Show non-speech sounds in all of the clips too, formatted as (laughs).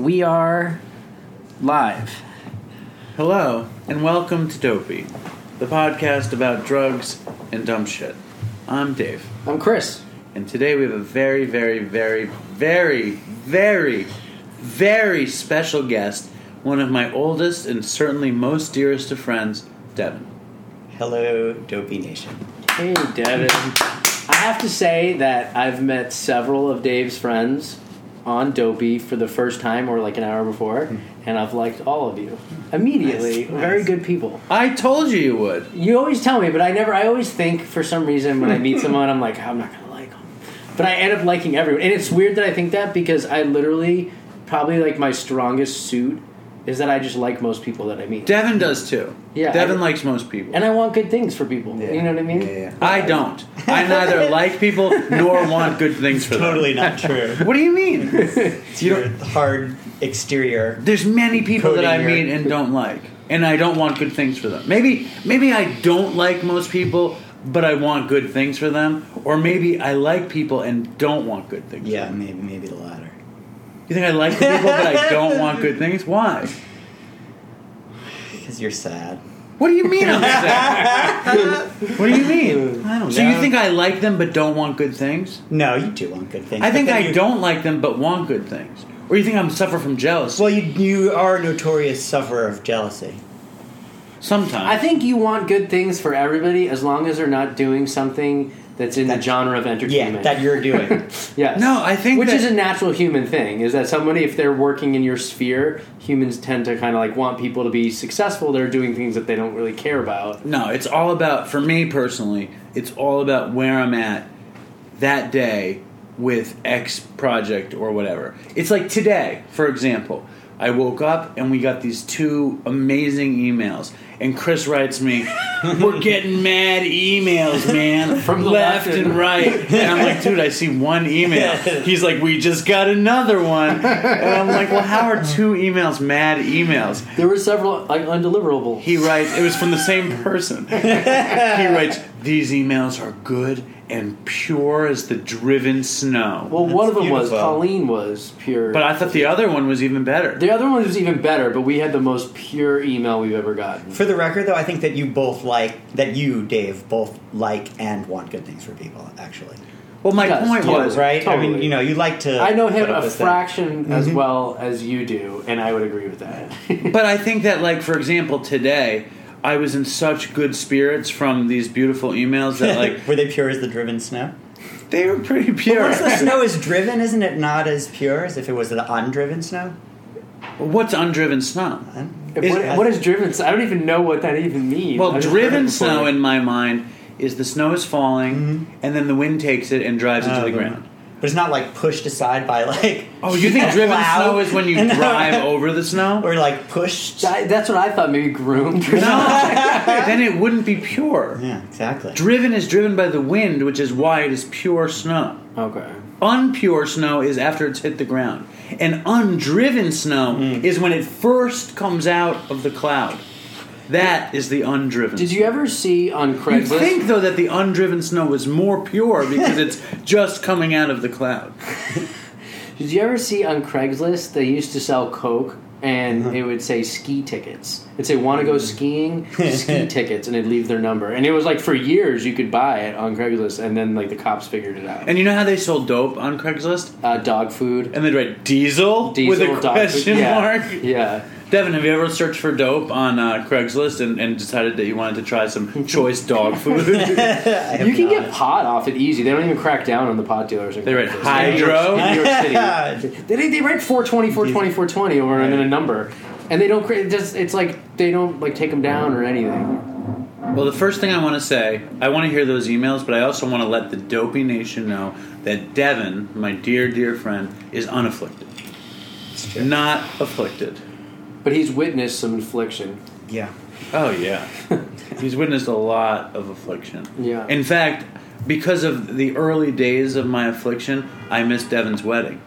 we are live. Hello, and welcome to Dopey, the podcast about drugs and dumb shit. I'm Dave, I'm Chris. and today we have a very, very, very, very, very, very special guest, one of my oldest and certainly most dearest of friends, Devin. Hello, Dopey Nation. Hey, Devin. I have to say that I've met several of Dave's friends on Dopey for the first time or like an hour before, and I've liked all of you immediately. Hmm. Nice, nice. Very good people. I told you you would. You always tell me, but I never, I always think for some reason when I (laughs) meet someone, I'm like, "Oh, I'm not going to like them. But I end up liking everyone. And it's weird that I think that because I literally, probably like my strongest suit is that I just like most people that I meet. Devin does too. Yeah, Devin I- likes most people. And I want good things for people. You know what I mean? Yeah, yeah. I don't. I (laughs) neither like people nor want good things for them. Totally (laughs) not true. What do you mean? It's your hard exterior. There's many people that I Coding meet your- and don't like, and I don't want good things for them. Maybe maybe I don't like most people, but I want good things for them, or maybe I like people and don't want good things. Yeah, maybe maybe the latter. You think I like people, but I don't want good things? Why? Because you're sad. What do you mean I'm sad? (laughs) what do you mean? I don't So know. you think I like them but don't want good things? No, you do want good things. I but think then I you- don't like them but want good things. Or you think I'm suffer from jealousy? Well, you you are a notorious sufferer of jealousy. Sometimes. I think you want good things for everybody as long as they're not doing something that's in the That's- genre of Yeah, entertainment. that you're (laughs) doing. yes. No, I think which that- is a natural human thing is that somebody if they're working in your sphere, humans tend to kind of like want people to be successful. They're doing things that they don't really care about. No, it's all about for me personally. It's all about where I'm at that day with X project or whatever. It's like today, for example. I woke up and we got these two amazing emails. And Chris writes (laughs) me, "We're getting mad emails, man, From the left left and- and right." And I'm like, "Dude, I see one (laughs) email." He's like, "We just got another one," and I'm like, "Well, how are two emails mad emails?" There were several like undeliverable. He writes, it was from the same (laughs) person. he writes, these emails are good and pure as the driven snow. well, one of them was beautiful. Colleen was pure. but I thought the other one was even better. the other one was even better, but we had the most pure email we've ever gotten. For the record, though, I think that you both like that you, Dave, both like and want good things for people. Actually, Well, my Yes, point totally. was, right? I mean, Totally. you know, you like to. I know him put up a with that. (laughs) Mm-hmm. fraction as well as you do, and I would agree with that. (laughs) but I think that, like, for example, today, I was in such good spirits from these beautiful emails that, (laughs) like, were they pure as the driven snow? they were pretty pure. Once the (laughs) (laughs) snow is driven, isn't it not as pure as if it was the undriven snow? What's undriven snow? I don't- What- Is- what is driven? snow? I don't even know what that even means. Well, I've just heard driven it snow before. Mm-hmm. in my mind is the snow is falling and then the wind takes it and drives it to Oh, the the- ground. But it's not like pushed aside by like. Um, Oh, you (laughs) think (laughs) a driven plow? snow (laughs) is when you No. drive over the snow? or like pushed? That- that's what I thought. Maybe groomed. (laughs) Or something. No, (laughs) then it wouldn't be pure. Yeah, exactly. Driven is driven by the wind, which is why it is pure snow. okay. Unpure snow is after it's hit the ground. And undriven snow Mm. is when it first comes out of the cloud. That is the undriven. Did you ever see on you Craigslist? think though that the undriven snow is more pure (laughs) because it's just coming out of the cloud? Did you ever see on Craigslist they used to sell Coke and Uh-huh. it would say ski tickets? It'd say want to Mm-hmm. (laughs) go skiing, ski tickets, and it'd leave their number. And it was like for years you could buy it on Craigslist, and then like the cops figured it out. And you know how they sold dope on Craigslist? uh, dog food. And they'd write diesel, Diesel, with a dog food. question Yeah. mark. Yeah. Devin, have you ever searched for dope on uh, Craigslist and, and decided that you wanted to try some choice dog food? You can get pot off it easy. They don't even crack down on the pot dealers. They write In hydro. New York City. Yeah, They, they write 420, 420, 420 over and then a number. And they don't create, just, it's like, they don't like take them down or anything. well, the first thing I want to say, I want to hear those emails, but I also want to let the dopey nation know that Devin, my dear, dear friend, is unafflicted. it's true. Not afflicted. But he's witnessed some affliction. Yeah. Oh, yeah. He's witnessed a lot of affliction. Yeah. In fact, because of the early days of my affliction, I missed Devin's wedding.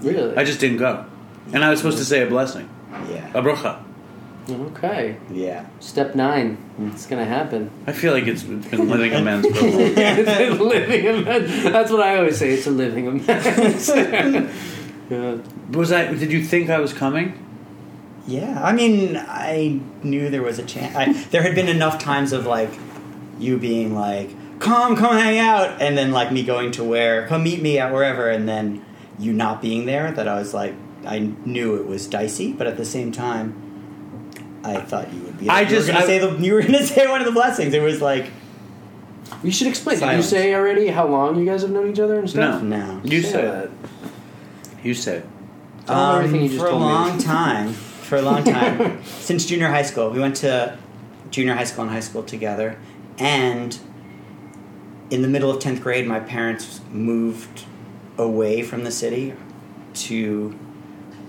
Really? I just didn't go. And I was supposed to say a blessing, Yeah. a bracha. okay. Yeah. Step nine. It's going to happen. (laughs) I feel like it's it's been living amends for a long Oh. (laughs) (laughs) it's a living event. That's what I always say. It's a living event. (laughs) Yeah. Was I? Did you think I was coming? Yeah, I mean, I knew there was a chance. I, there had been enough times of like you being like, "Come, come hang out," and then like me going to where, "Come meet me at wherever," and then you not being there. That I was like, I knew it was dicey, but at the same time, I thought you would be. I you were just- gonna (laughs) I- say the, you were going to say one of the blessings. It was like You should explain. Silence. Did you say already how long you guys have known each other and stuff? No, no. you Say said it. You said it. Tell them everything you Um, just for a told me. long (laughs) time, for a long time, since junior high school, we went to junior high school and high school together, and in the middle of tenth grade, my parents moved away from the city to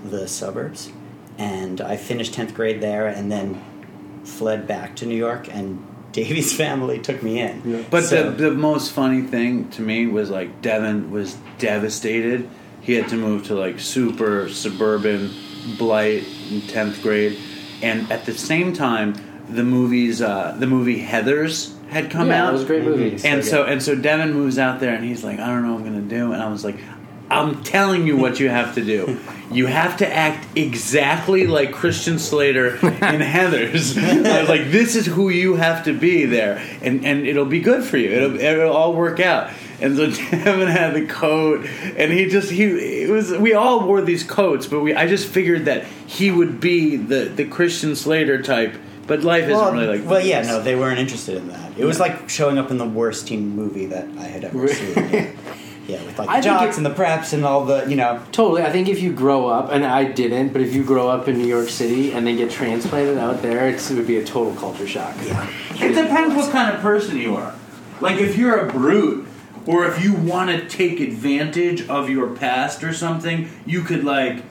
the suburbs, and I finished tenth grade there, and then fled back to New York, and (laughs) Davy's family took me in. Yeah. But So- the, the most funny thing to me was like Devin was devastated. He had to move to like super suburban blight in tenth grade, and at the same time, the movies, uh, the movie Heather's had come yeah, out. it was a great movie. And so and so Devin moves out there and he's like, I don't know what I'm gonna do and I was like, I'm telling you what you have to do. You have to act exactly like Christian Slater (laughs) in Heathers. I was like, this is who you have to be there, and and it'll be good for you. It'll it'll all work out. And so (laughs) Devin had the coat, and he just he it was we all wore these coats, but we I just figured that he would be the the Christian Slater type. But life isn't Well, really like well, yeah, no, they weren't interested in that. It was like showing up in the worst teen movie that I had ever Really? seen. Yeah. Yeah, with like (laughs) I the think jocks it- and the preps and all the, you know. Totally. I think if you grow up, and I didn't, but if you grow up in New York City and then get transplanted out there, it's, it would be a total culture shock. It depends what kind of person you are. Like if you're a brute, or if you want to take advantage of your past or something, you could like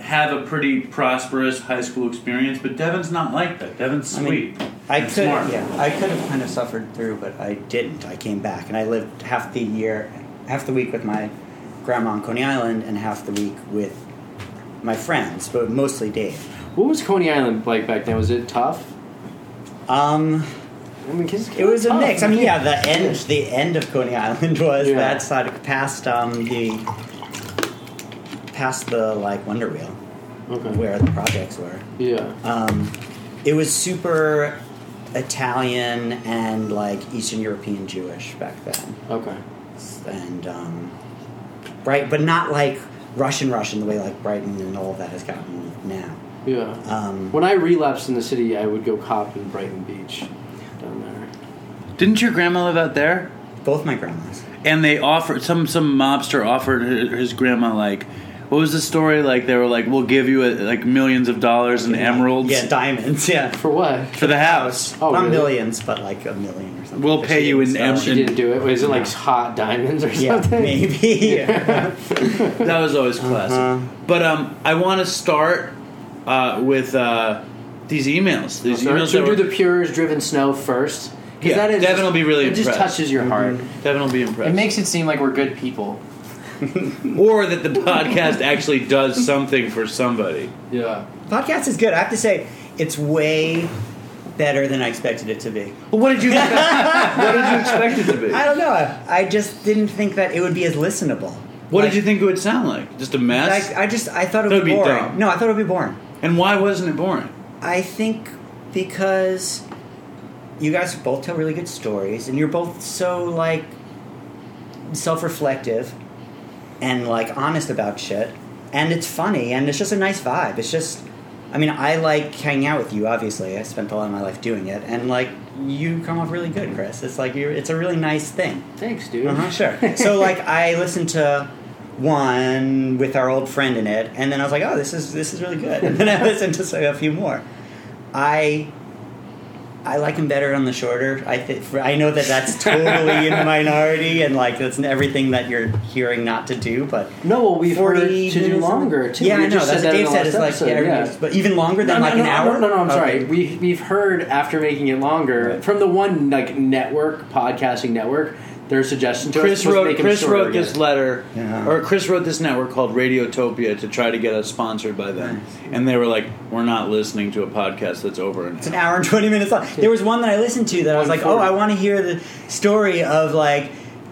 have a pretty prosperous high school experience. But Devin's not like that. Devin's I sweet. mean, I and could, smart. yeah, I could have kind of suffered through, but I didn't. I came back and I lived half the year, half the week with my grandma on Coney Island and half the week with my friends, but mostly Dave. What was Coney Island like back then? Was it tough? Um, I mean, 'cause it's It was a tough. mix. I mean, yeah, the end the end of Coney Island (laughs) was Oh, Yeah. that side of, past um the past the like Wonder Wheel Okay. where the projects were. Yeah. Um, it was super Italian and like Eastern European Jewish back then, Okay. and um, right, but not like Russian Russian the way like Brighton and all that has gotten now. Yeah. Um, When I relapsed in the city, I would go cop in Brighton Beach down there. Didn't your grandma live out there? both my grandmas. And they offered some some mobster offered her- his grandma like. What was the story like? They were like, "We'll give you uh, like millions of dollars in emeralds Yeah, diamonds. Yeah. For what? for the house. Oh, Not really? millions, but like a million or something. We'll But pay she you didn't in sell it. em- She didn't do it. Was it like No. hot diamonds or (laughs) Yeah, something? maybe. (laughs) Yeah. That was always classic. Uh-huh. But um, I want to start uh, with uh, these emails. These So emails. should That we were, do the Pures Driven Snow first? 'Cause Yeah, is Devin just- will be really It just impressed. touches Mm-hmm. your heart. Devin will be It impressed. makes it seem like we're good people. or that the podcast actually does something for somebody. Yeah. Podcast is good. I have to say, it's way better than I expected it to be. Well, what did you? expect- what did you expect it to be? I don't know. I, I just didn't think that it would be as listenable. (laughs) What like, did you think it would sound like? Just a mess. Like, I just I thought it That would would be be boring. dumb. No, I thought it would be boring. and why wasn't it boring? I think because you guys both tell really good stories, and you're both so like self-reflective and like honest about shit, and it's funny, and it's just a nice vibe. It's just, I mean, I like hanging out with you. Obviously, I spent a lot of my life doing it, and like you come off really good, Chris. It's like you're, it's a really nice thing. Thanks, dude. Uh-huh, (laughs) sure. so like I listened to one with our old friend in it, and then I was like, oh, this is this is really good. And then I (laughs) listened to so- a few more. I I like him better on the shorter. I th- for, I know that that's totally in the minority, and like that's everything that you're hearing not to do, but. No, well, we've heard 40 to do minutes- longer too. Yeah, We I know. just That's said what that in Dave the said. last It's like episode, yeah, yeah. but even longer than no, like no, an no, hour. No, no, no I'm Okay. sorry. We we've heard after making it longer Right. from the one like network podcasting network. Their suggestion to Chris us was wrote. make 'em Chris shorter wrote this again. letter, Yeah. or Chris wrote this network called Radiotopia to try to get us sponsored by them, and they were like, "We're not listening to a podcast that's over an It's an hour." hour and 20 minutes long. There was one that I listened to that I was like, oh, I want to hear the story of like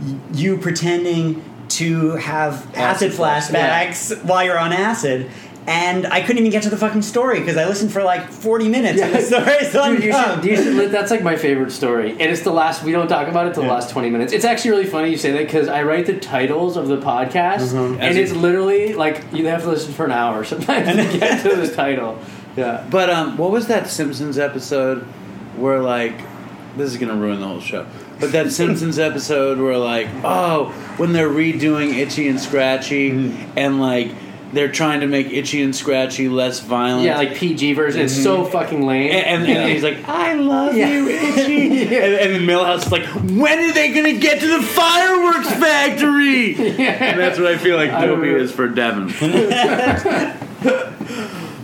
y- you pretending to have acid, Acid flash- flashbacks while you're on acid. And I couldn't even get to the fucking story because I listened for like 40 minutes. and the Yeah. story's done. Dude, you should, you should. That's like my favorite story, and it's the last. We don't talk about it till Yeah. the last twenty minutes. It's actually really funny you say that because I write the titles of the podcast, Mm-hmm. As and it's a- literally like you have to listen for an hour sometimes (laughs) to get to this title. Yeah, But um, what was that Simpsons episode where like this is gonna ruin the whole show? But (laughs) that Simpsons episode where like oh when they're redoing Itchy and Scratchy Mm-hmm. and like they're trying to make Itchy and Scratchy less violent. yeah, like PG version. It's so fucking lame. Mm-hmm. and, and, and he's like, I love Yeah. you, (laughs) Itchy. and, and then Millhouse is like, when are they gonna get to the fireworks (laughs) factory? And that's what I feel like I Dopey remember- is for Devin. (laughs)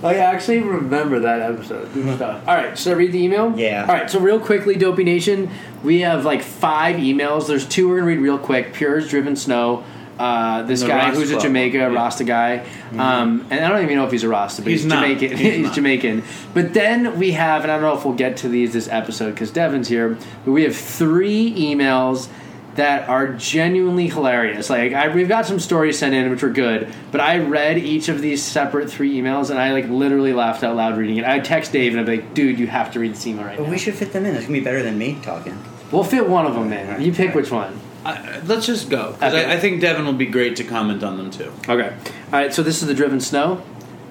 Oh, I actually remember that episode. Mm-hmm. Good stuff. All right, should I read the email? Yeah. All right, so real quickly, Dopey Nation, we have like five emails. There's two we're gonna read real quick. Pure's Driven Snow. Uh, this The guy Rasta who's a Club. Jamaica Yeah. Mm-hmm. Rasta guy, um, and I don't even know if he's a Rasta, but He's he's, not. Jamaican. He's (laughs) He's, not. Jamaican. But then we have, and I don't know if we'll get to these this episode because Devin's here, but we have three emails that are genuinely hilarious. Like I, we've got some stories sent in which were good, but I read each of these separate three emails and I like literally laughed out loud reading it. I text Dave and I'd be like, "Dude, you have to read this email right But now." we should fit them in. It's gonna be better than me talking. We'll fit one of them in. You pick which one. I, let's just go. 'cause Okay. I, I think Devin will be great to comment on them too. Okay. All right. So this is the driven snow.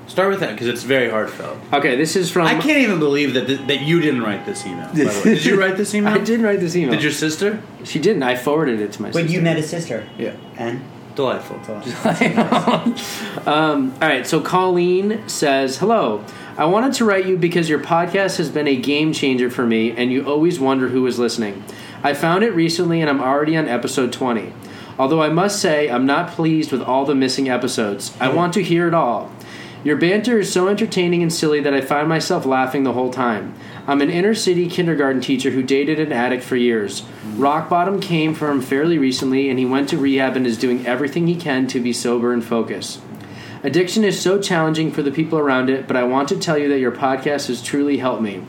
Start with that because it's very heartfelt. Okay. This is from. I can't even believe that th- that you didn't write this email. by the way. Did (laughs) you write this email? (laughs) I did write this email. Did your sister? She didn't. I forwarded it to my. But you met his sister. Yeah. And? Delightful. Um, all right, so Colleen says, Hello. I wanted to write you because your podcast has been a game changer for me, and you always wonder who is listening. I found it recently, and I'm already on episode 20. Although I must say, I'm not pleased with all the missing episodes. I want to hear it all. Your banter is so entertaining and silly that I find myself laughing the whole time. I'm an inner city kindergarten teacher who dated an addict for years. Rock bottom came for him fairly recently, and he went to rehab and is doing everything he can to be sober and focused. Addiction is so challenging for the people around it, but I want to tell you that your podcast has truly helped me.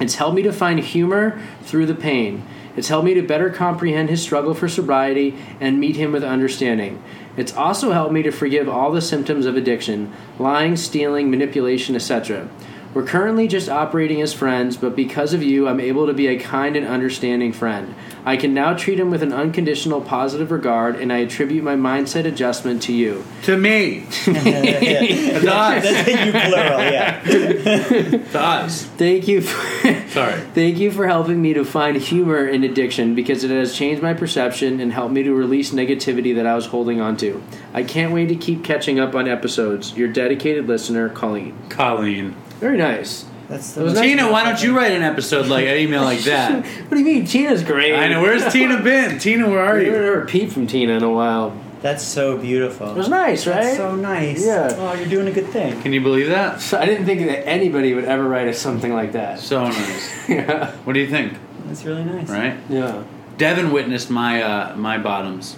It's helped me to find humor through the pain. It's helped me to better comprehend his struggle for sobriety and meet him with understanding. It's also helped me to forgive all the symptoms of addiction lying, stealing, manipulation, etc. We're currently just operating as friends, but because of you, I'm able to be a kind and understanding friend. I can now treat him with an unconditional positive regard, and I attribute my mindset adjustment to you. to (laughs) me. (laughs) you To us. plural, yeah. to us. Thank you. For- Sorry. (laughs) Thank you for helping me to find humor in addiction because it has changed my perception and helped me to release negativity that I was holding on to. I can't wait to keep catching up on episodes. Your dedicated listener, Colleen. Colleen. Very nice. That's It was the nice- Tina, why don't you write an episode like an email (laughs) like (laughs) that? what do you mean? Tina's great. I know. Where's Tina been? Tina, where (laughs) I are haven't you? heard a peep from Tina in a while. That's so beautiful. It was nice, right? That's so nice. Yeah. Oh, you're doing a good thing. Can you believe that? So I didn't think that anybody would ever write us something like that. So nice. (laughs) yeah. What do you think? That's really nice. Right? Yeah. Devin witnessed my uh, my bottoms.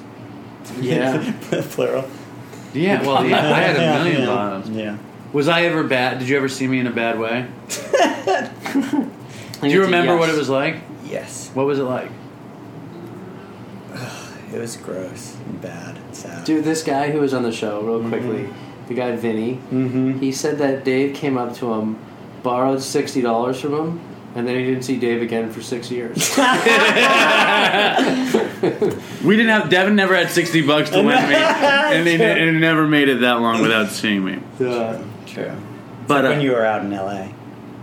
Yeah. (laughs) plural. Yeah. Well, yeah, I had a million yeah. (laughs) bottoms. Yeah. Was I ever bad? Did you ever see me in a bad way? Do you remember what it was like? Yes. What was it like? It was gross and bad and sad. (laughs) Dude, this guy who was on the show, real quickly, the guy Vinny, Mm-hmm. he said that Dave came up to him, borrowed sixty dollars from him, and then he didn't see Dave again for (laughs) six years. We didn't have Devin never had sixty (laughs) bucks to lend me, and they True. and never made it that long without seeing me. Yeah. Um, True. But when uh, you were out in LA,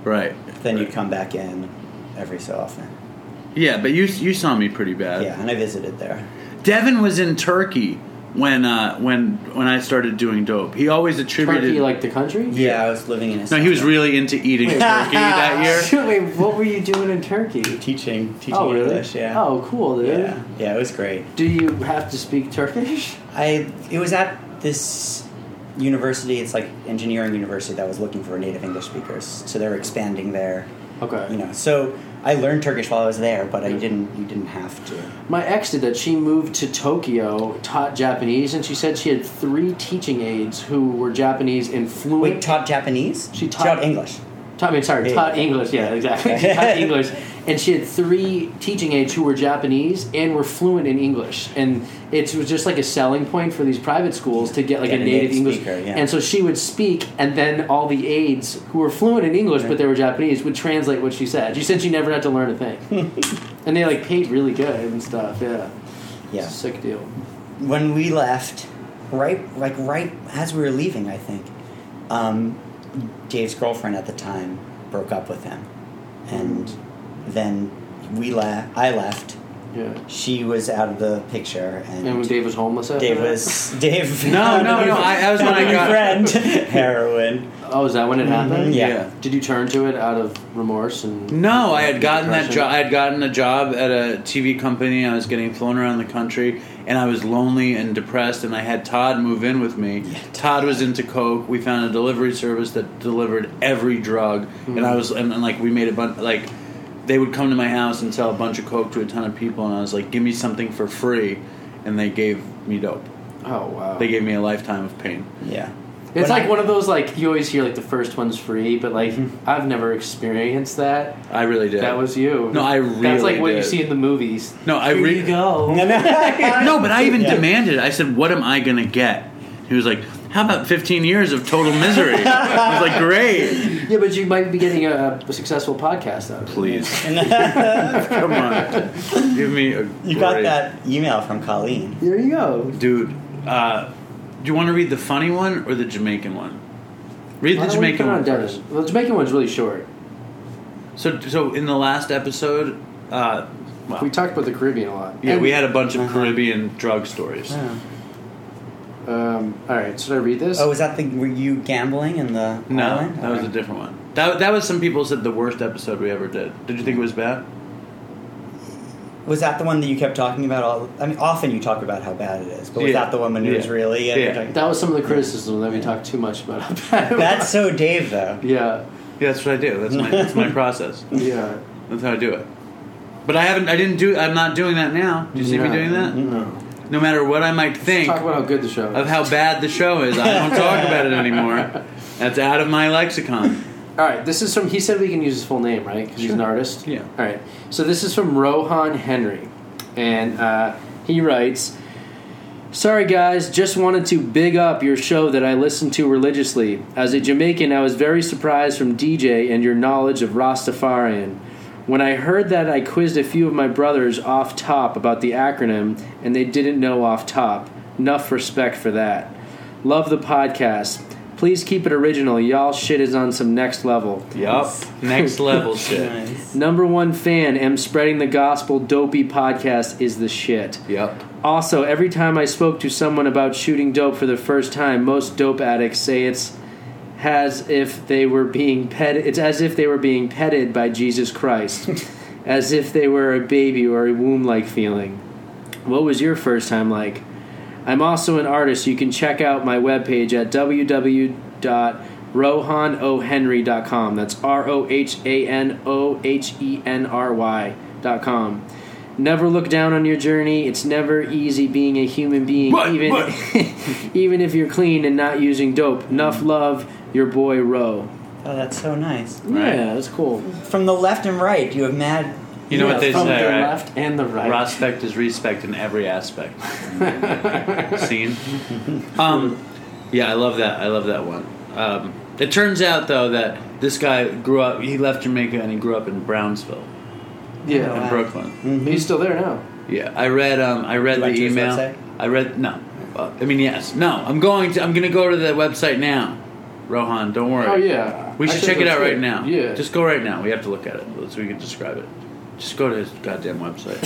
right, then you'd come back in every so often. yeah, but you you saw me pretty bad. Yeah, and I visited there. Devin was in Turkey when uh, when when I started doing dope. He always attributed. Turkey, like the country. Yeah, I was living in a no, he was really into (laughs) eating turkey that year. Shoot, (laughs) Wait, what were you doing in Turkey? teaching teaching Oh, really? English, yeah. Oh, cool, dude. yeah. Yeah, it was great. Do you have to speak (laughs) Turkish? I it was at this university, it's like engineering university that was looking for native English speakers. So they were expanding there. Okay. You know. So I learned Turkish while I was there, but I didn't you didn't have to. My ex did that. She moved to Tokyo, taught Japanese, and she said she had three teaching aides who were Japanese and fluent. Wait, taught Japanese? She taught taught- English. taught, I mean, sorry, Yeah. (laughs) taught English. Yeah, exactly. She taught English and she had three teaching aides who were Japanese and were fluent in English, and it was just like a selling point for these private schools to get like Get a, a native, native English. speaker, yeah. And so she would speak, and then all the aides who were fluent in English but they were Japanese would translate what she said. She said she never had to learn a (laughs) thing, and they like paid really good and stuff. Yeah, Yeah. sick deal. when we left, right like right as we were leaving, I think, um, Dave's girlfriend at the time broke up with him, and then we la- I left. Yeah, She was out of the picture, and, and when Dave was homeless after Dave (laughs) that? was Dave. No, no, no, (laughs) I- that was when I New got- (laughs) friend heroin. Oh, is that when it Mm-hmm. happened? Yeah. Did you turn to it out of remorse and? No, I had gotten that Depression? job. I had gotten a job at a TV company. I was getting flown around the country, and I was lonely and depressed. And I had Todd move in with me. Todd was into coke. We found a delivery service that delivered every drug, and Mm. I was and, and like we made a bunch like they would come to my house and sell a bunch of coke to a ton of people, and I was like, "Give me something for free," and they gave me dope. Oh wow. They gave me a lifetime of pain. Yeah, When It's like I- one of those like you always hear like the first one's free, but like I've never experienced that. I really did. That was you. No, I That's like really what you did. see in the movies. No, I Here re- you (laughs) go. No, but I even Yeah. demanded. it. I said, "What am I gonna get?" He was like, "How about 15 years of total misery?" I was like, "Great, yeah, but you might be getting a, a successful podcast out of it. please, come on, give me a." (laughs) you got break." that email from Colleen. There you go. dude. Uh, do you want to read the funny one or the Jamaican one? Read Why the don't we Jamaican put it one. on Dennis? first. Well, the Jamaican one's really short. So, so in the last episode, uh, well, We talked about the Caribbean a lot. yeah, And- we had a bunch of Uh-huh. Caribbean drug stories. Um, all right, should I read this? Oh, was that the were you gambling in the No, island? that was a different one. That, that was some people said the worst episode we ever did. Did you think it was bad? Was that the one that you kept talking about? All I mean, often you talk about how bad it is, but was Yeah. that the one when it was Yeah. really? and you're Yeah. talking- that was some of the criticism that we talked too much about. (laughs) That's so Dave though. yeah, Yeah, that's what I do. That's my, that's (laughs) my process. yeah. That's how I do it. But I haven't. I didn't do. I'm not doing that now. Do you see me No. doing that? No. No matter what I might think Talk about how good the show. Is. of how bad the show is, I don't talk about it anymore. That's out of my lexicon. All right, this is from. He said we can use his full name, right? Because he's an artist. Yeah. All right. So this is from Rohan Henry, and uh, he writes. Sorry, guys, just wanted to big up your show that I listen to religiously. As a Jamaican, I was very surprised from DJ and your knowledge of Rastafarian. When I heard that, I quizzed a few of my brothers off top about the acronym, and they didn't know off top. Enough respect for that. Love the podcast. Please keep it original. Y'all shit is on some next level. yup. Next (laughs) level shit. Nice. Number one fan, am spreading the gospel dopey podcast is the shit. Yup. Also, every time I spoke to someone about shooting dope for the first time, most dope addicts say it's as if they were being petted. It's as if they were being petted by Jesus Christ, as if they were a baby or a womb-like feeling. What was your first time like? I'm also an artist. You can check out my webpage at www.rohanohenry.com. That's R O H A N O H E N R Y dot com. Never look down on your journey. It's never easy being a human being, What? even What? (laughs) even if you're clean and not using dope. Enough love, your boy Ro. Oh, that's so nice. Right. Yeah, that's cool. From the left and right, you have mad. You know what they From say, the right? left and the right. Prospect is respect in every (laughs) aspect. Scene. Um, yeah, I love that. I love that one. Um, it turns out though that this guy grew up. He left Jamaica and he grew up in Brownsville, Yeah, Oh, in wow. Brooklyn. he's still there now. Yeah, I read. Um, I read You went the to his email. website? I read no. Uh, I mean, yes. No, I'm going to. I'm going to go to the website now. Rohan, don't worry. Oh yeah, We I should should check it go out too. right now. Yeah. Just go right now. We have to look at it so we can describe it. Just go to his goddamn website.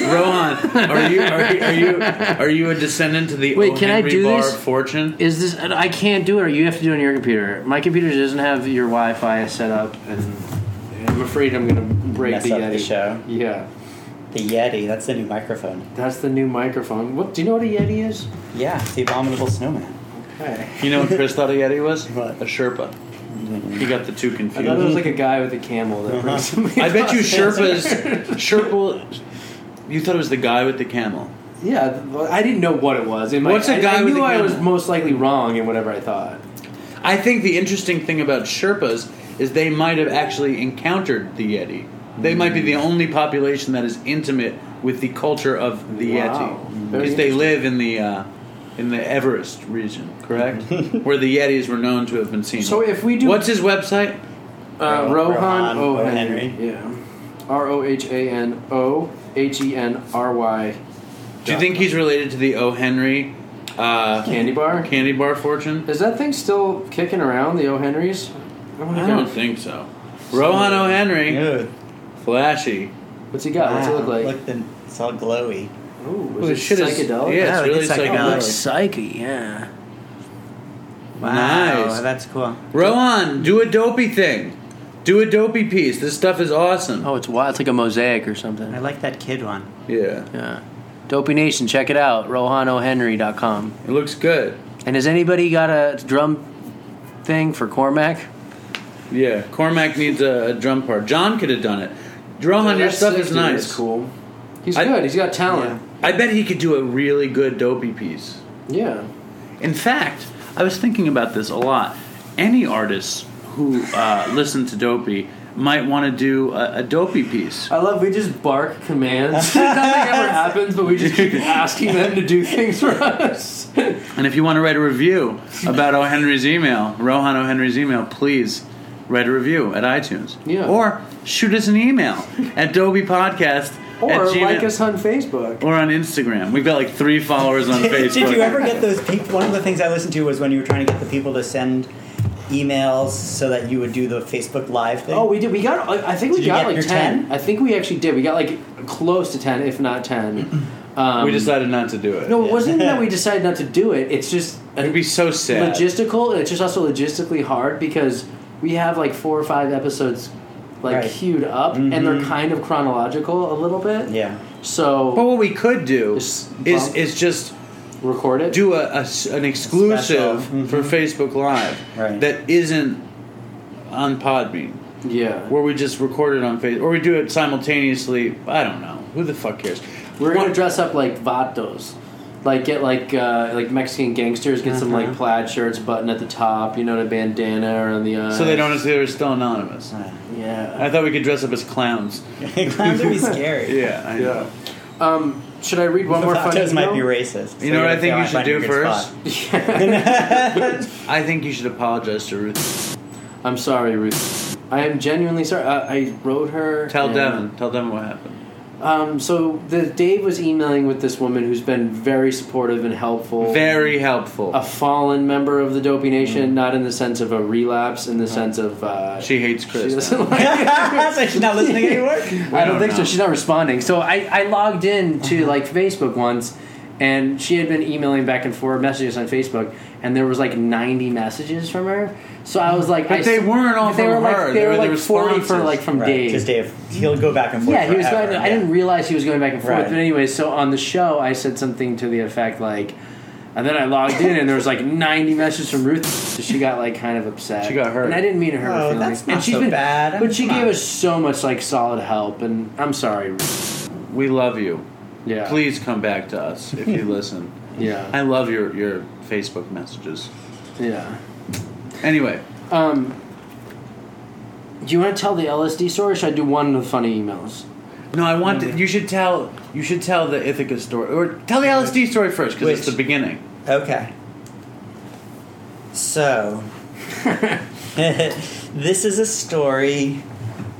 (laughs) Rohan, are you are you, are you are you a descendant of the Wait, O. can I Henry do Bar this? fortune? Is this? I can't do it. Or you have to do it on your computer. My computer doesn't have your Wi-Fi set up, and I'm afraid I'm gonna break Mess the up Yeti. the show. Yeah, The Yeti. That's the new microphone. that's the new microphone. What do you know what a Yeti is? Yeah, it's the abominable snowman. Okay. You know what Chris thought a Yeti was? (laughs) What? A Sherpa. He got the two I thought it confused. was like a guy with a camel that brings somebody Uh-huh. (laughs) I (laughs) bet you across. Sherpa's Sherpa. You thought it was the guy with the camel. Yeah, th- I didn't know what it was. In my, What's a I- guy I, with knew a I was camel? most likely wrong in whatever I thought. I think the interesting thing about Sherpas is they might have actually encountered the Yeti They might be the Mm. only population that is intimate with the culture of the Wow. Yeti, Very because they live in the uh, in the Everest region, (laughs) correct? Where the Yetis were known to have been seen. So if we do what's his website? Uh, Ro- Rohan Rohan O O. Henry. Henry. Yeah. R O H A N O H E N R Y. Do you think he's related to the O. Henry uh, Candy bar? candy bar fortune? Is that thing still kicking around, the O. Henry's? Oh my I don't God. think so. Rohan O. Henry, Dude, flashy. What's he got? What's it wow, look like? the- it's all glowy. Ooh, is Well, it the shit is- psychedelic? yeah. it's it really is psychedelic. It looks psyche, yeah. Wow, Nice. that's cool. Rohan, do a dopey thing. Do a dopey piece. This stuff is awesome. Oh, it's wild. It's like a mosaic or I something. like that kid one. Yeah, Yeah. Dopey Nation, check it out. RohanOHenry.com. it looks good. And has anybody got a drum thing for Cormac? Yeah, Cormac needs a, a drum part. John could have done it. Rohan, your That stuff is 60 nice. cool. He's I- good. He's got talent. I bet he could do a really good dopey piece. Yeah. In fact, I was thinking about this a lot. Any artists who uh, listen to dopey might want to do a, a dopey piece. I love we just bark (laughs) commands. Nothing ever happens, but we just keep asking them to do things for us. And if you want to write a review about O. Henry's email, Rohan O. Henry's email, please write a review at iTunes. Yeah. Or shoot us an email at (laughs) dopeypodcast at Or gmail- like us on Facebook. or on Instagram. We've got like three followers (laughs) (laughs) on Did- Facebook. Did you ever get those people? One of the things I listened to was when you were trying to get the people to send emails so that you would do the Facebook Live thing. Oh, we did. We got. I I think we Did you got get like your ten. I think we actually did. We got like close to ten, if not ten. Um, We decided not to do it. No, it wasn't that we decided not to do it. It's just It'd be so sad. logistical, and it's just also logistically hard because we have like four or five episodes like Right. queued up, and they're kind of chronological a little bit. (laughs) yeah. (laughs) but So what we could do Just is bump. is just record it. do a, Mm-hmm. a s- an exclusive Special. for Facebook Live Right. that isn't on Podbean, yeah. where we just record it on Facebook, or we do it simultaneously. I don't know. Who the fuck cares? We're One- gonna dress up like vatos. Like get like uh, like Mexican gangsters get some like Uh-huh. plaid shirts button at the top, you know, and a bandana around the eyes. so they don't. So they're still anonymous. Yeah. I thought we could dress up as clowns. Clowns would be scary. Yeah, I know. Um, should I read one more funny? Vatos might be email? racist. You know what I think gotta you should find a do good first? (laughs) spot. (laughs) I think you should apologize to Ruth. I'm sorry, Ruth. I am genuinely sorry. Uh, I wrote her. Tell and- Devin. Tell Devin what happened. Um, so the Dave was emailing with this woman who's been very supportive and helpful. Very helpful. A fallen member of the Dopey Nation, not in the sense of a relapse, in the sense of uh, Uh-huh. She hates she Chris. doesn't now. like so she's not (laughs) listening anymore? I don't don't think so. know. Mm-hmm. She's not responding. So I, I logged in to like Facebook once, and she had been emailing back and forth messages on Facebook, and there was like ninety messages from her. So I was like, But I they s- weren't all but they from were like her. they, They were, were the like forty for responses. like from Because Dave, he'll go back and forth. Yeah, he was. forever. Going, I didn't realize he was going back and forth. Right. But anyway, so on the show, I said something to the effect like, and then I logged in and there was like 90 messages from Ruth. So she got like kind of upset. She got hurt. and I didn't mean to hurt her Oh, feelings. that's not and she's so been bad. I mean, But she come gave on. us so much like solid help, and I'm sorry. Ruth. (laughs) We love you. Yeah, Please come back to us if (laughs) you listen. Yeah, I love your, your Facebook messages. yeah. Anyway, Um, do you want to tell the LSD story? Or should I do one of the funny emails? no, I want to, you should tell you should tell the Ithaca story or tell the LSD story first because it's the Which? beginning. Okay. So, (laughs) this is a story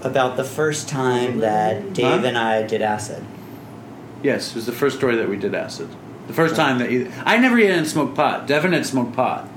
about the first time that Dave Huh? and I did acid. Yes, it was the first story that we did acid. The first time that you, I never even smoked pot. Devin had smoked pot.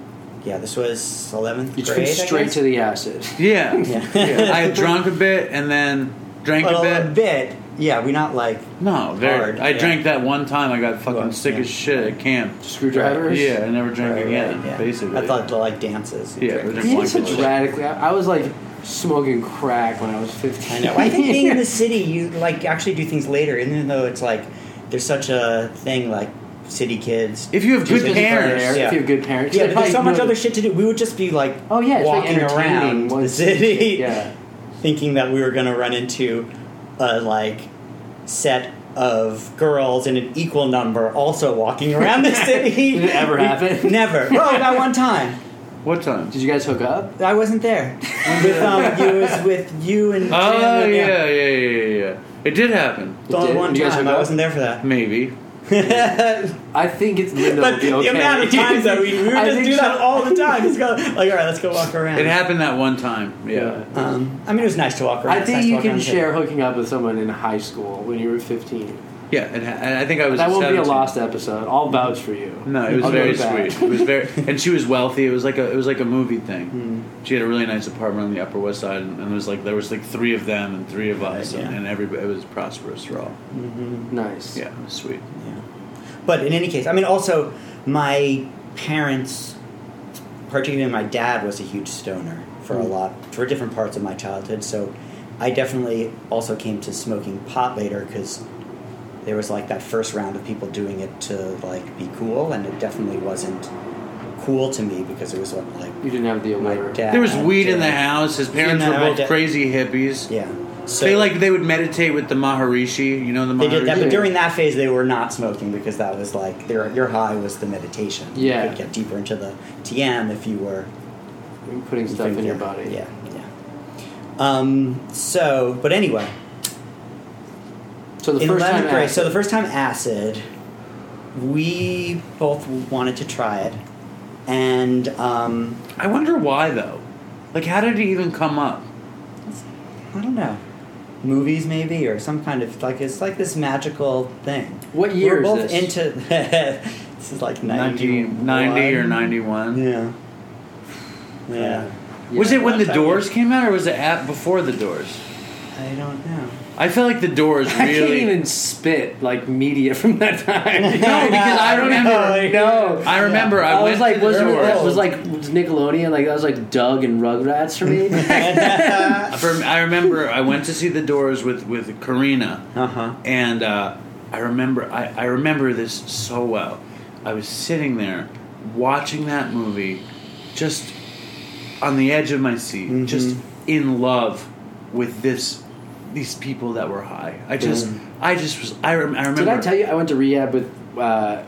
Yeah, this was eleventh You just grade. went I straight guess? to the acid. (laughs) Yeah, (laughs) Yeah. Yeah. I had drunk a bit and then drank well, a a bit. bit. Yeah, we not like No, very. Hard, I yeah. drank that one time. I got fucking Well, sick yeah. as shit at camp. Screwdrivers. Yeah, I never drank right, again. right, yeah. Basically, I thought to like dances. and Yeah, drink. we didn't- Being Wine such bitch. radically, I, I was like smoking crack when I was fifteen. I know. I think (laughs) being in the city, you like actually do things later, even though it's like there's such a thing like city kids. if you have Just good because it's parents, there, yeah. If you have good parents, yeah, They but there's so probably much know other that- shit to do. We would just be like, Oh yeah, it's walking like around entertaining the (laughs) once- city, Yeah, thinking that we were going to run into a like set of girls in an equal (laughs) number also walking around the city. Did it ever We- happen? (laughs) Never. Well, that one time. What time? Did you guys hook up? I wasn't there. with (laughs) um, it was with you and Oh Jim. yeah, yeah, yeah, yeah, yeah. It did happen. The only Did- one did you guys time hook I up? wasn't there for that. (laughs) Maybe. I think it's (laughs) Linda but will be the okay. amount of times that we, we would (laughs) I just think do that so. all the time. Just go like, all right, let's go walk around. It happened that one time. Yeah. Um, I mean, it was nice to walk around. I It's nice think to you walk can around too. share hooking up with someone in high school when you were 15. Yeah. It ha- and I think I was. That won't be a 17. lost episode. I'll vouch for you. No, it was I'll go very to bat. sweet. It was very, and she was wealthy. It was like a, it was like a movie thing. Hmm. She had a really nice apartment on the Upper West Side, and, and it was like there was like three of them and three of us, Right, and, yeah. and everybody it was prosperous for all. mm-hmm. Nice. Yeah, it was sweet. Yeah. But in any case, I mean, also my parents, particularly my dad, was a huge stoner for Mm. a lot for different parts of my childhood. So I definitely also came to smoking pot later because there was like that first round of people doing it to like be cool, and it definitely wasn't cool to me because it was what like You didn't have the my allure. dad. There was weed in the did. house. His parents no, were no, I both did- crazy hippies. Yeah. So They like they would meditate with the Maharishi. You know the They Maharishi. did that, but Yeah. during that phase, they were not smoking because that was like their your high was the meditation. Yeah. you could get deeper into the TM if you were You're putting stuff in your body. Yeah, yeah. Um. So, but anyway, So the in first time. eleventh grade, acid- so the first time acid, we both wanted to try it, and um, I wonder why though. Like, how did it even come up? I don't know, movies maybe or some kind of like it's like this magical thing. What year We're is both this? into. (laughs) this is like 90, 90 or 91? Yeah. Yeah. Yeah. was it when that the time. Doors came out, or was it at before the Doors? I don't know. I feel like (laughs) the Doors I really. can't even spit like media (laughs) from that (laughs) time. no, (laughs) because I remember- No, I remember I, I, went was like, to the was Doors. it was like was Nickelodeon? Like that was like Doug and Rugrats (laughs) for me. For- I remember I went to see the Doors with with Karina, Uh-huh. and uh, I remember I, I remember this so well. I was sitting there watching that movie, just on the edge of my seat, Mm-hmm. just in love with this these people that were high. I just I just was I, rem- I remember. Mm. Did I tell you I went to rehab with uh,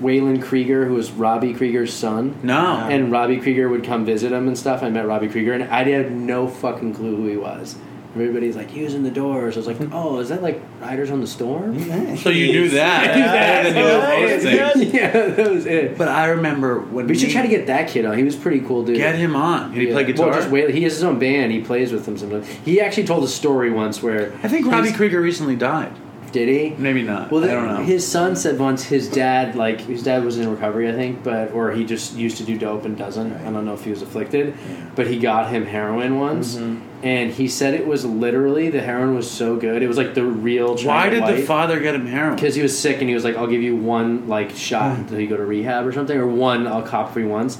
Waylon Krieger, who was Robbie Krieger's son? No. And Robbie Krieger would come visit him and stuff. I met Robbie Krieger, and I had no fucking clue who he was. Everybody's like, he was in the doors. I was like, oh, is that like Riders on the Storm? so you knew that. (laughs) Yeah, Better than you know that's most (laughs) what I things. did. yeah, that was it. But I remember when We should we- try to get that kid on. He was a pretty cool dude. get him on. Did he Yeah. play guitar? Well, just Waylon. He has his own band. He plays with them sometimes. He actually told a story once where I think his- Robbie Krieger recently died. did he? Maybe not. Well, I the- don't know. His son said once his dad, like his dad was in recovery, I think, but or he just used to do dope and doesn't. I don't know if he was afflicted, but he got him heroin once, Mm-hmm. and he said it was literally the heroin was so good, it was like the real. China Why did the White. father get him heroin? Because he was sick and he was like, I'll give you one like shot until you go to rehab or something, or one I'll cop for you once.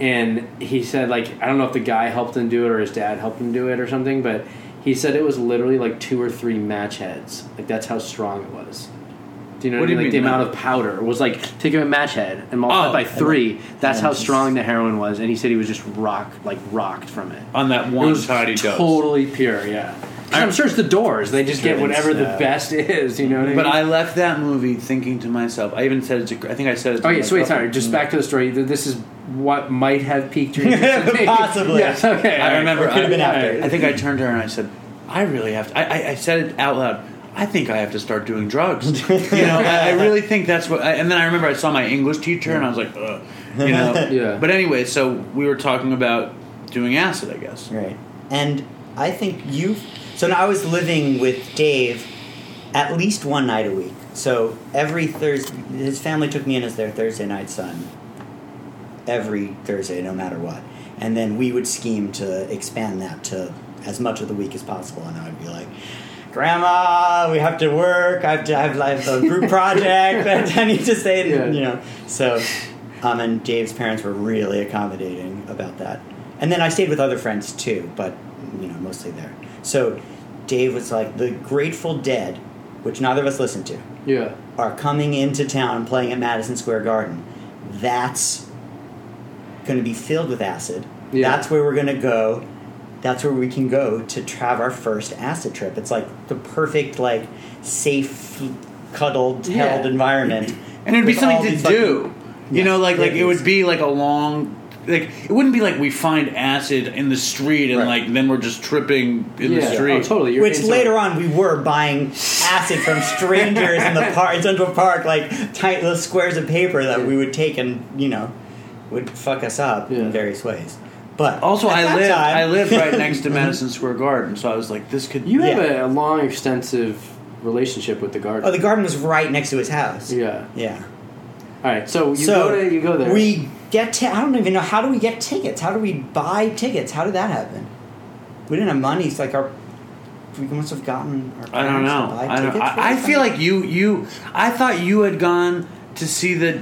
And he said like I don't know if the guy helped him do it or his dad helped him do it or something, but he said it was literally like two or three match heads. Like that's how strong it was. Do you know What do what, I you mean? Like the mean, amount man? of powder was like take a match head and multiply Oh. it by three. That's how that's- strong the heroin was, and he said he was just rock like rocked from it. on that it one was tiny dose. totally pure, yeah. 'Cause I'm sure it's the doors. They just get Driven whatever the snow. best (laughs) is. You know what I mean? But I left that movie thinking to myself. I even said it to. I think I said it. To Okay, my so wait, Oh, sorry. girlfriend. Just back to the story. Th- This is what might have piqued (laughs) your interest. in me. Possibly. (laughs) Yes. Okay. I remember. Or could've I, been after. I think I turned to her and I said, "I really have to." I, I, I said it out loud. I think I have to start doing (laughs) drugs. you know, I, I really think that's what. I, and then I remember I saw my English teacher and I was like, Ugh, you know. (laughs) Yeah. But anyway, so we were talking about doing acid, I guess. Right. And I think you. So now I was living with Dave at least one night a week. So every Thursday, his family took me in as their Thursday night son. Every Thursday, no matter what. And then we would scheme to expand that to as much of the week as possible. And I would be like, Grandma, we have to work. I have to I have, I have a group project. I need to say, Yeah. you know. So, um, and Dave's parents were really accommodating about that. And then I stayed with other friends too, but you know, mostly there. So, Dave was like, the Grateful Dead, which neither of us listened to, Yeah. are coming into town playing at Madison Square Garden. That's going to be filled with acid. Yeah. That's where we're going to go. That's where we can go to tra- have our first acid trip. It's like the perfect, like safe, cuddled, Yeah. held environment. and it'd be with all something to these fucking- do. You Yeah. know, like like it Yeah, would be like a long like it wouldn't be like we find acid in the street and Right. like then we're just tripping in yeah. the street. Oh, totally. You're Which into later it. on we were buying acid from strangers in the park, in Central Park, like tight little squares of paper that we would take and you know would fuck us up Yeah. in various ways. But Also, at I that live time- Mm-hmm. I (laughs) live right next to Madison Square Garden, so I was like, this could You have Yeah. a, a long, extensive relationship with the garden. Oh, the garden was right next to his house. yeah. Yeah. All right. So you so go to you go there. We get ti- I don't even know how do we get tickets? How do we buy tickets? How did that happen? We didn't have money. It's like our we must have gotten our I don't parents to know. buy I, don't, tickets for I, I us. feel like you you I thought you had gone to see the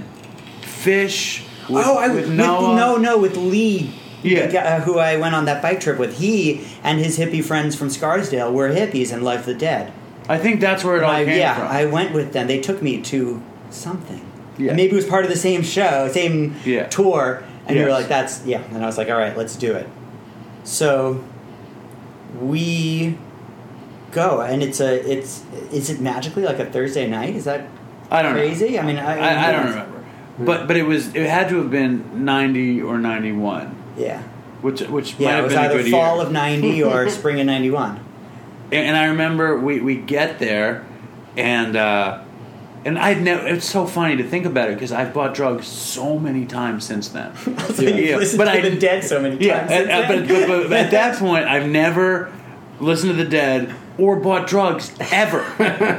fish. With, oh, I, with with Noah. no, no, with Lee. Yeah. the guy who I went on that bike trip with. He and his hippie friends from Scarsdale were hippies in Life of the Dead. I think that's where it all I, came yeah, from. I went with them. They took me to something. Yeah. Maybe it was part of the same show, same Yeah. tour. And we were Yes. like, that's, yeah. And I was like, all right, let's do it. So we go and it's a it's is it magically like a thursday night is that I don't know. crazy i mean i, I, I don't remember, but but it was it had to have been ninety or ninety one, yeah which which Yeah, might it have was been a either good fall year. of '90 (laughs) or spring of (laughs) '91. and, and I remember we, we get there, and uh, and I'd never. It's so funny to think about it because I've bought drugs so many times (laughs) since then. So you've listened but to I the didn't- Dead so many Yeah, times. and- since and- then. but, but, but (laughs) at that point, I've never listened to the Dead or bought drugs ever.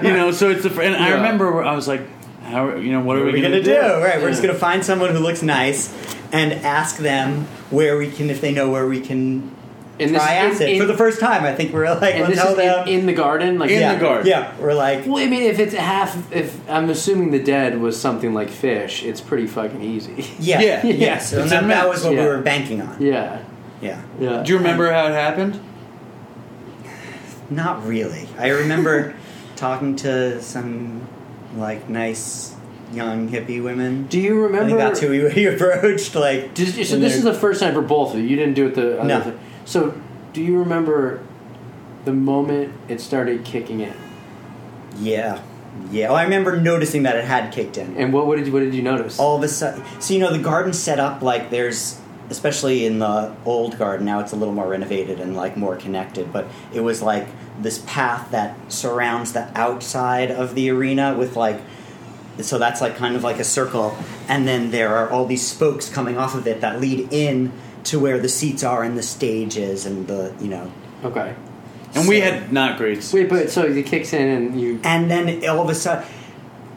you know, so it's the. fir- And I Yeah. remember where I was like, how are- you know, what are what are we we going to gonna do? Right, we're just Yeah. gonna find someone who looks nice and ask them where we can, if they know where we can and try this is acid in- in- for the first time. I think we're like, and let's this tell is them in, in the garden, like In yeah, the garden. Yeah, we're like, Well, I mean, if it's half, if I'm assuming the dead was something like fish, it's pretty fucking easy. (laughs) yeah, Yeah. yes. Yeah. So It's that, that immense. was what we Yeah. were banking on. yeah, Yeah, yeah. Do you remember how it happened? not really. I remember (laughs) talking to some like nice young hippie women. Do you I think remember? that's who we, (laughs) we approached. Like, Did you- so in this their- is the first time for both of you. You didn't do it the other No. thing. So do you remember the moment it started kicking in? Yeah, yeah. Well, I remember noticing that it had kicked in. And what, what did you, what did you notice? All of a sudden, so you know the garden's set up like there's, especially in the old garden. Now it's a little more renovated and like more connected, but it was like this path that surrounds the outside of the arena with like. So that's like kind of like a circle, and then there are all these spokes coming off of it that lead in to where the seats are and the stage is, and the you know okay. And we So- had not great. Wait, but so it kicks in and you. and then all of a sudden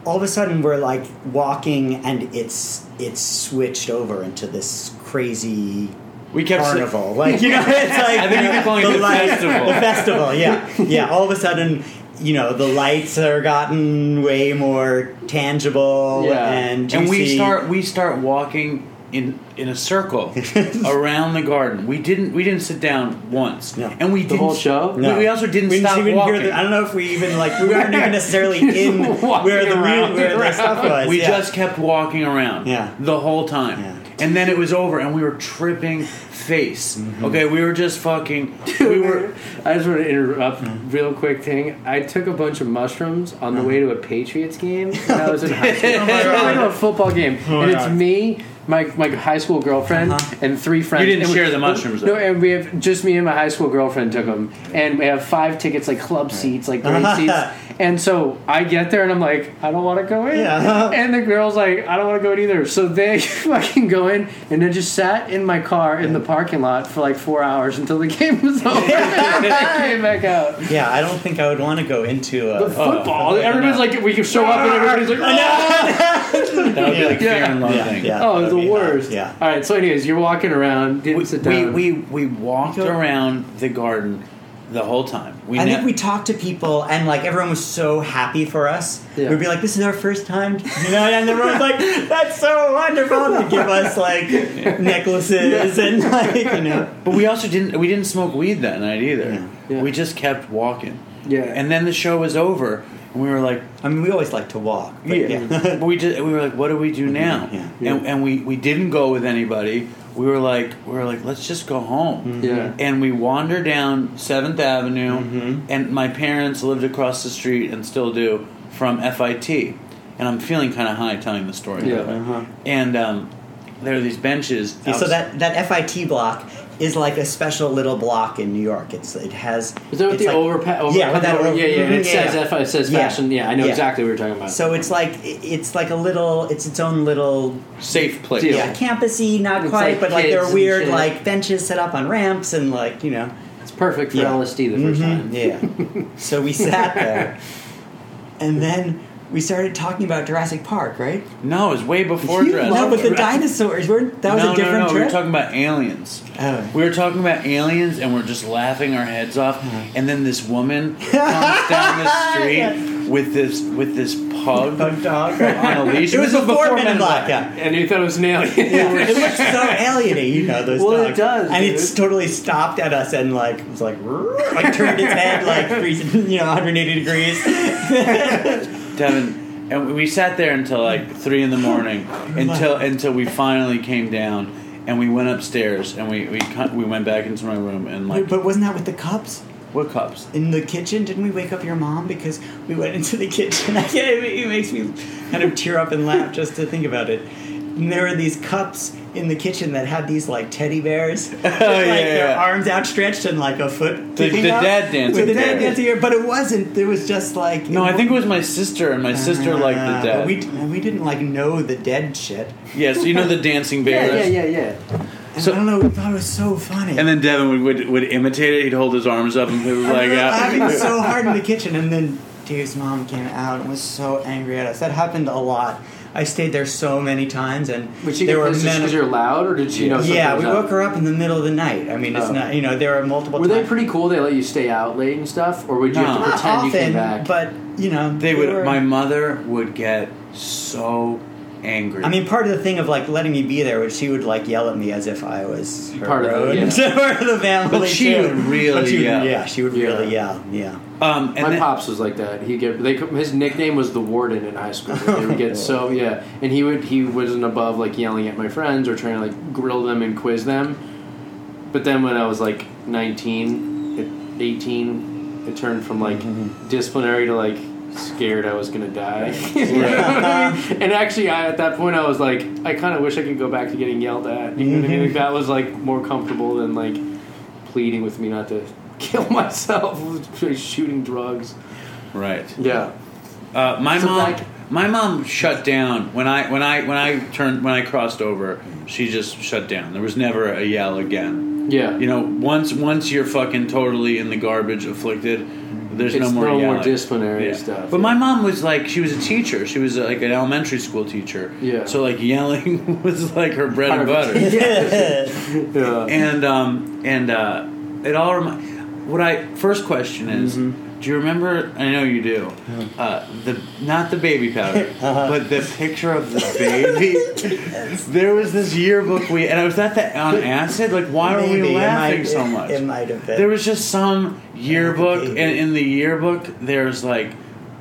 all of a sudden we're like walking and it's it's switched over into this crazy we kept sa- carnival like (laughs) you know it's like I you think we've been calling it the festival. the festival yeah yeah all of a sudden you know the lights are gotten way more tangible Yeah. and and we juicy. start we start walking in in (laughs) a circle around the garden. We didn't we didn't sit down once, No. and we The didn't, whole show? We, No. we also didn't We stop even hear walking. the- I don't know if we even like we weren't (laughs) even necessarily in Walking where the mu- around. where the stuff was. we yeah. just kept walking around Yeah. the whole time. Yeah. And then it was over, and we were tripping face. Mm-hmm. Okay, we were just fucking. We were. (laughs) I just want to interrupt Mm-hmm. real quick thing. I took a bunch of mushrooms on the way to a Patriots game when I was in high school. (laughs) Oh my I was going to a God. Oh football game, my and it's God. me, my my high school girlfriend, Uh-huh. and three friends. You didn't And we- share the mushrooms, No, though. and we have just me and my high school girlfriend took them, and we have five tickets, like club (laughs) seats, like great seats. And so I get there, and I'm like, I don't want to go in. Yeah. (laughs) And the girl's like, I don't want to go in either. So they (laughs) fucking go in, and then just sat in my car in the parking lot for like four hours until the (laughs) game was (laughs) over. (laughs) and then I came back out. yeah. I don't think I would want to go into a, Football. everybody's like, we can show up, and everybody's like, oh, That would be like fear Yeah. and loathing. yeah, yeah, oh that the would be hot. worst. Yeah. All right. So, anyways, you're walking around, didn't We, sit we down. we we walked around the garden the whole time. We I ne- think we talked to people, and like everyone was so happy for us. Yeah. We'd be like, "This is our first time," you know, and everyone's like, "That's so wonderful!" And they give us like (laughs) necklaces and like you know. But we also didn't we didn't smoke weed that night either. Yeah. We just kept walking. Yeah. And then the show was over, and we were like, I mean, we always like to walk. But yeah. yeah. but we just we were like, what do we do now? Yeah. And, and we we didn't go with anybody. We were like we were like let's just go Mm-hmm. home. Yeah. And we wander down Seventh Avenue, Mm-hmm. and my parents lived across the street and still do from FIT, and I'm feeling kind of high telling the story. by the Yeah. way. Uh-huh. And um, there are these benches. Yeah, so that that FIT block is like a special little block in New York. It's it has. Is that with it's like- the overpa- over, Yeah, with that over- over- yeah, yeah. and It yeah, says yeah. F, it says Yeah. fashion. Yeah, I know Yeah. exactly what you're talking about. So it's like it- it's like a little. It's its own little safe place. Deal. yeah, campusy, not It's quite, like but like there kids are and weird shit. like benches set up on ramps and like you know it's perfect for yeah. Mm-hmm. LSD the 1st time. (laughs) Yeah. so we sat there, and then we started talking about Jurassic Park, right? No, it was way before You Jurassic love with the Park. dinosaurs. We're, that was no, a different no, no. We were trip. talking about aliens. Oh. We were talking about aliens, and we're just laughing our heads off. Mm-hmm. And then this (laughs) woman comes down the street with this with this pug Pug dog. on a (laughs) leash. It was uh, This before Men in Black. Yeah. And you thought it was an alien. (laughs) it looks so alieny, you know those Well, it dogs. does, and dude. it's totally stopped at us and like was like (laughs) like turned its head like three, you know 180 degrees. Devin, and we sat there until like three in (laughs) the morning until until we finally came down. And we went upstairs, and we we, cu- we went back into my room, and like But wasn't that with the cups? what cups? in the kitchen. Didn't we wake up your mom because we went into the (laughs) kitchen? I can't, it, it makes me kind of tear up and laugh just to think about it. And there were these cups in the kitchen that had these like teddy bears, (laughs) with, like Oh, yeah, their yeah. arms outstretched and like a foot. The- sticking the out. dad dancing With the dad bear. dancing bear. But it wasn't. It was just like No, I think it was my sister, and my sister liked Uh, the but dead. We we didn't like know the dead shit. yes, you know the dancing (laughs) yeah, bears. yeah, yeah, yeah. And So- I don't know. We thought it was so funny. And then Devin would, would would imitate it. He'd hold his arms up and he (laughs) would like laughing out. so hard in the kitchen, and then Dave's mom came out and was so angry at us. That happened a lot. I stayed there so many times, and But she there get were pissed just men. because you're loud, or did she know? something yeah, was we up? woke her up in the middle of the night. I mean, it's Oh. not you know there were multiple. Were they times. pretty cool? They let you stay out late and stuff, or would you have No. to Not pretend often, you came back? but you know They were- would. My mother would get so angry. I mean, part of the thing of like letting me be there was she would like yell at me as if I was her Part of the- road, (laughs) yeah. part of the family. But she too. would really But she would- yell. Yeah, she would Yeah. really yell. Yeah. um, and my then- pops was like that. He get they his nickname was the warden in high school. They would (laughs) Oh. get so yeah, and he would he wasn't above like yelling at my friends or trying to like grill them and quiz them. But then when I was like 19, it- 18, it turned from like disciplinary to like scared I was gonna die. (laughs) and actually, I at that point I was like, I kind of wish I could go back to getting yelled at. You know what I mean? Like, that was like more comfortable than like pleading with me not to (laughs) kill myself with (laughs) shooting drugs. right? Yeah. Uh, my So, mom. like- my mom shut down when I when I when I turned when I crossed over. She just shut down. There was never a yell again. Yeah. You know, once once you're fucking totally in the garbage, afflicted. There's It's no more no more yelling. disciplinary stuff, But yeah. my mom was like, she was a teacher. She was uh, like an elementary school teacher. Yeah. So like yelling (laughs) was like her bread and Part of butter. (laughs) yeah. and um and uh, it all remind. What I first question is, Mm-hmm. do you remember? I know you do. Uh, the not the baby (laughs) powder, Uh-huh. but the picture of the baby. There was this yearbook we and I was at the on acid. Like, why are Maybe. we It laughing might- so much? It might have been. There was just some yearbook, Baby. and in the yearbook, there's like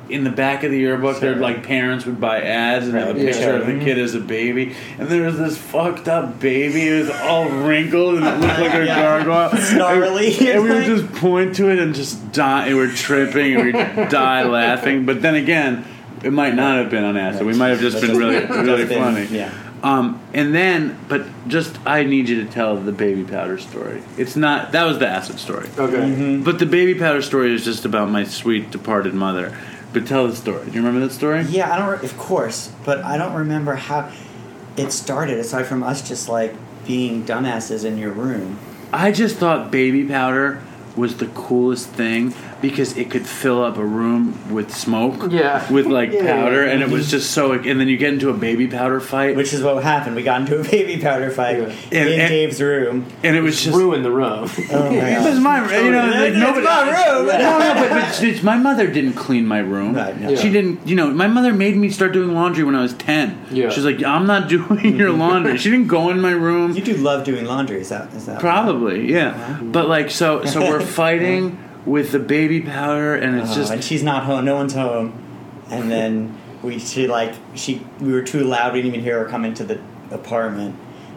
in the back of the yearbook, there Sure. like parents would buy ads and have a Right. picture of the Yeah. Mm-hmm. kid as a baby, and there was this fucked up baby. It was all wrinkled and it looked like (laughs) a Yeah. gargoyle, Snarly. And, and we would (laughs) Like- just point to it and just die. And we're tripping and we would die laughing. But then again, it might not have been on acid. We might have just been really, really Just been- funny. Yeah. Um, and then, but just I need you to tell the baby powder story. It's not that was the acid story, Okay. but the baby powder story is just about my sweet departed mother. But tell the story. Do you remember that story? Yeah, I don't. Re- of course, but I don't remember how it started. Aside from us just like being dumbasses in your room. I just thought baby powder was the coolest thing because it could fill up a room with smoke, Yeah. with like Yeah. powder, and it was just so. And then you get into a baby powder fight, Which is what happened. We got into a baby powder fight Yeah. in And- and- Dave's room. and it was just Ruin the Oh room. my This is god! my, you know, like It's nobody. my room. (laughs) No, no, but, but it's- my mother didn't clean my room. No, no. She Yeah. didn't, you know. My mother made me start doing laundry when I was ten. Yeah. She's like, I'm not (laughs) doing (laughs) your laundry. she didn't go in my room. You do love doing laundry. Is that is that Probably, Uh-huh. yeah. But like, so, so (laughs) we're fighting with the baby powder, and it's Oh, just Uh-huh. and she's not home. No one's home. (laughs) And then we she like she we were too loud. We didn't even hear her come into the apartment.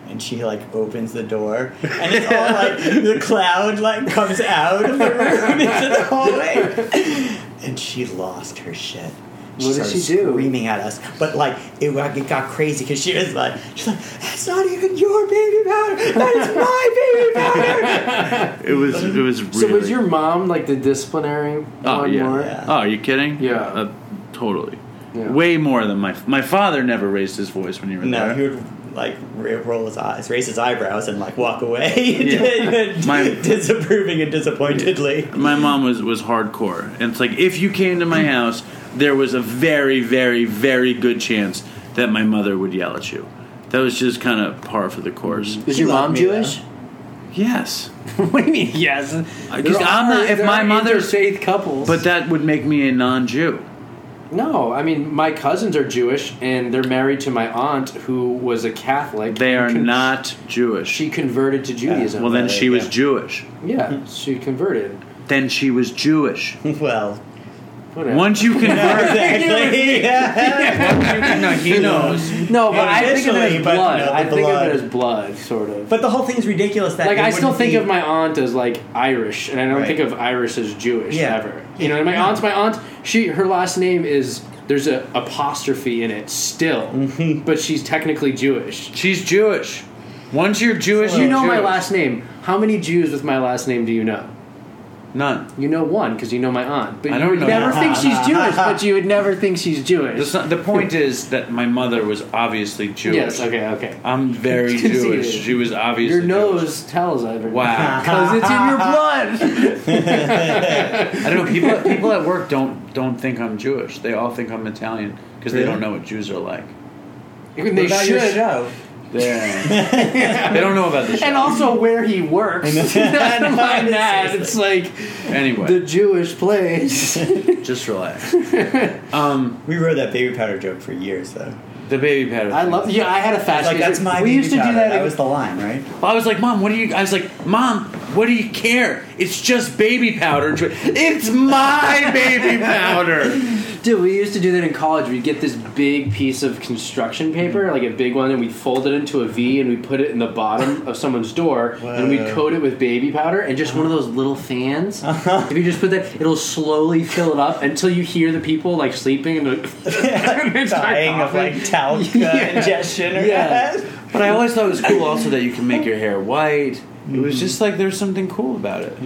And she like opens the door, and it's all (laughs) like the cloud like comes out of the room into the hallway. And she lost her shit. She What did started she do? Screaming at us, but like it, like, it got crazy because she was like, she's like, "That's not even your baby powder. That is my baby powder." It was it was really. So was your mom like the disciplinary oh one yeah. more? yeah. Oh, are you kidding? Yeah. Uh, totally. Yeah. Way more than my my father never raised his voice when you were No, there. he would like re- roll his eyes, raise his eyebrows, and like walk away, (laughs) Yeah. My- disapproving and disappointedly. my mom was was hardcore, and it's like if you came to my house, there was a very very very good chance that my mother would yell at you. That was just kind of par for the course. Is She your loved mom me, Jewish? Yes, (laughs) what do you mean? Yes. There I'm not- if there my are mother's- interfaith couples, but that would make me a non-Jew. No, I mean my cousins are Jewish and they're married to my aunt who was a Catholic. They who are con- not Jewish. She converted to Judaism. well, then she was Yeah. Jewish. yeah, she converted. Then she was Jewish. (laughs) Well, Whatever. Once you convert, (laughs) exactly. (laughs) yeah. no, he knows. no, but I think of it Initially, as but, blood. no, the I think blood. of it as blood, sort of. But the whole thing's ridiculous. That like it I still wouldn't think be- of my aunt as like Irish, and I don't Right. think of Irish as Jewish Yeah. ever. You know, and my aunt's my aunt. She her last name is there's a apostrophe in it still, Mm-hmm. but she's technically Jewish. She's Jewish. Once you're Jewish, You Oh, you're know my Jewish. last name. How many Jews with my last name do you know? None. You know one because you know my aunt, but I you don't would know never that. think (laughs) she's Jewish. But you would never think she's Jewish. That's not- the point is that my mother was obviously Jewish. (laughs) Yes. Okay. Okay. I'm very Conceded. Jewish. She was obviously Your nose tells everyone. Jewish. (laughs) Wow. Because it's in your blood. (laughs) I don't know. People people at work don't don't think I'm Jewish. They all think I'm Italian because they Really? don't know what Jews are like. they What about your should. show? Yeah. they don't know about this. and also where he works. (laughs) (laughs) Never mind that. It's like Anyway, the (laughs) Jewish place. just relax. Um, We rode that baby powder joke for years, though. the baby pattern. I love. Yeah, I had a It's fashion. like that's my. We baby used to powder. do that. That was the line, (laughs) right? I was like, Mom, what do you? I was like, Mom, what do you care? It's just baby powder. It's my baby powder. dude, we used to do that in college. We'd get this big piece of construction paper, like a big one, and we'd fold it into a V, and we'd put it in the bottom of someone's door, and we'd Wow. coat it with baby powder and just one of those little fans. If you just put that, it'll slowly fill it up until you hear the people like sleeping and. (laughs) Like, (laughs) and they start Dying of coughing. like talc uh, Yeah. ingestion or Yeah. But I always thought it was cool also that you can make your hair white. It Mm-hmm. was just like there's something cool about it.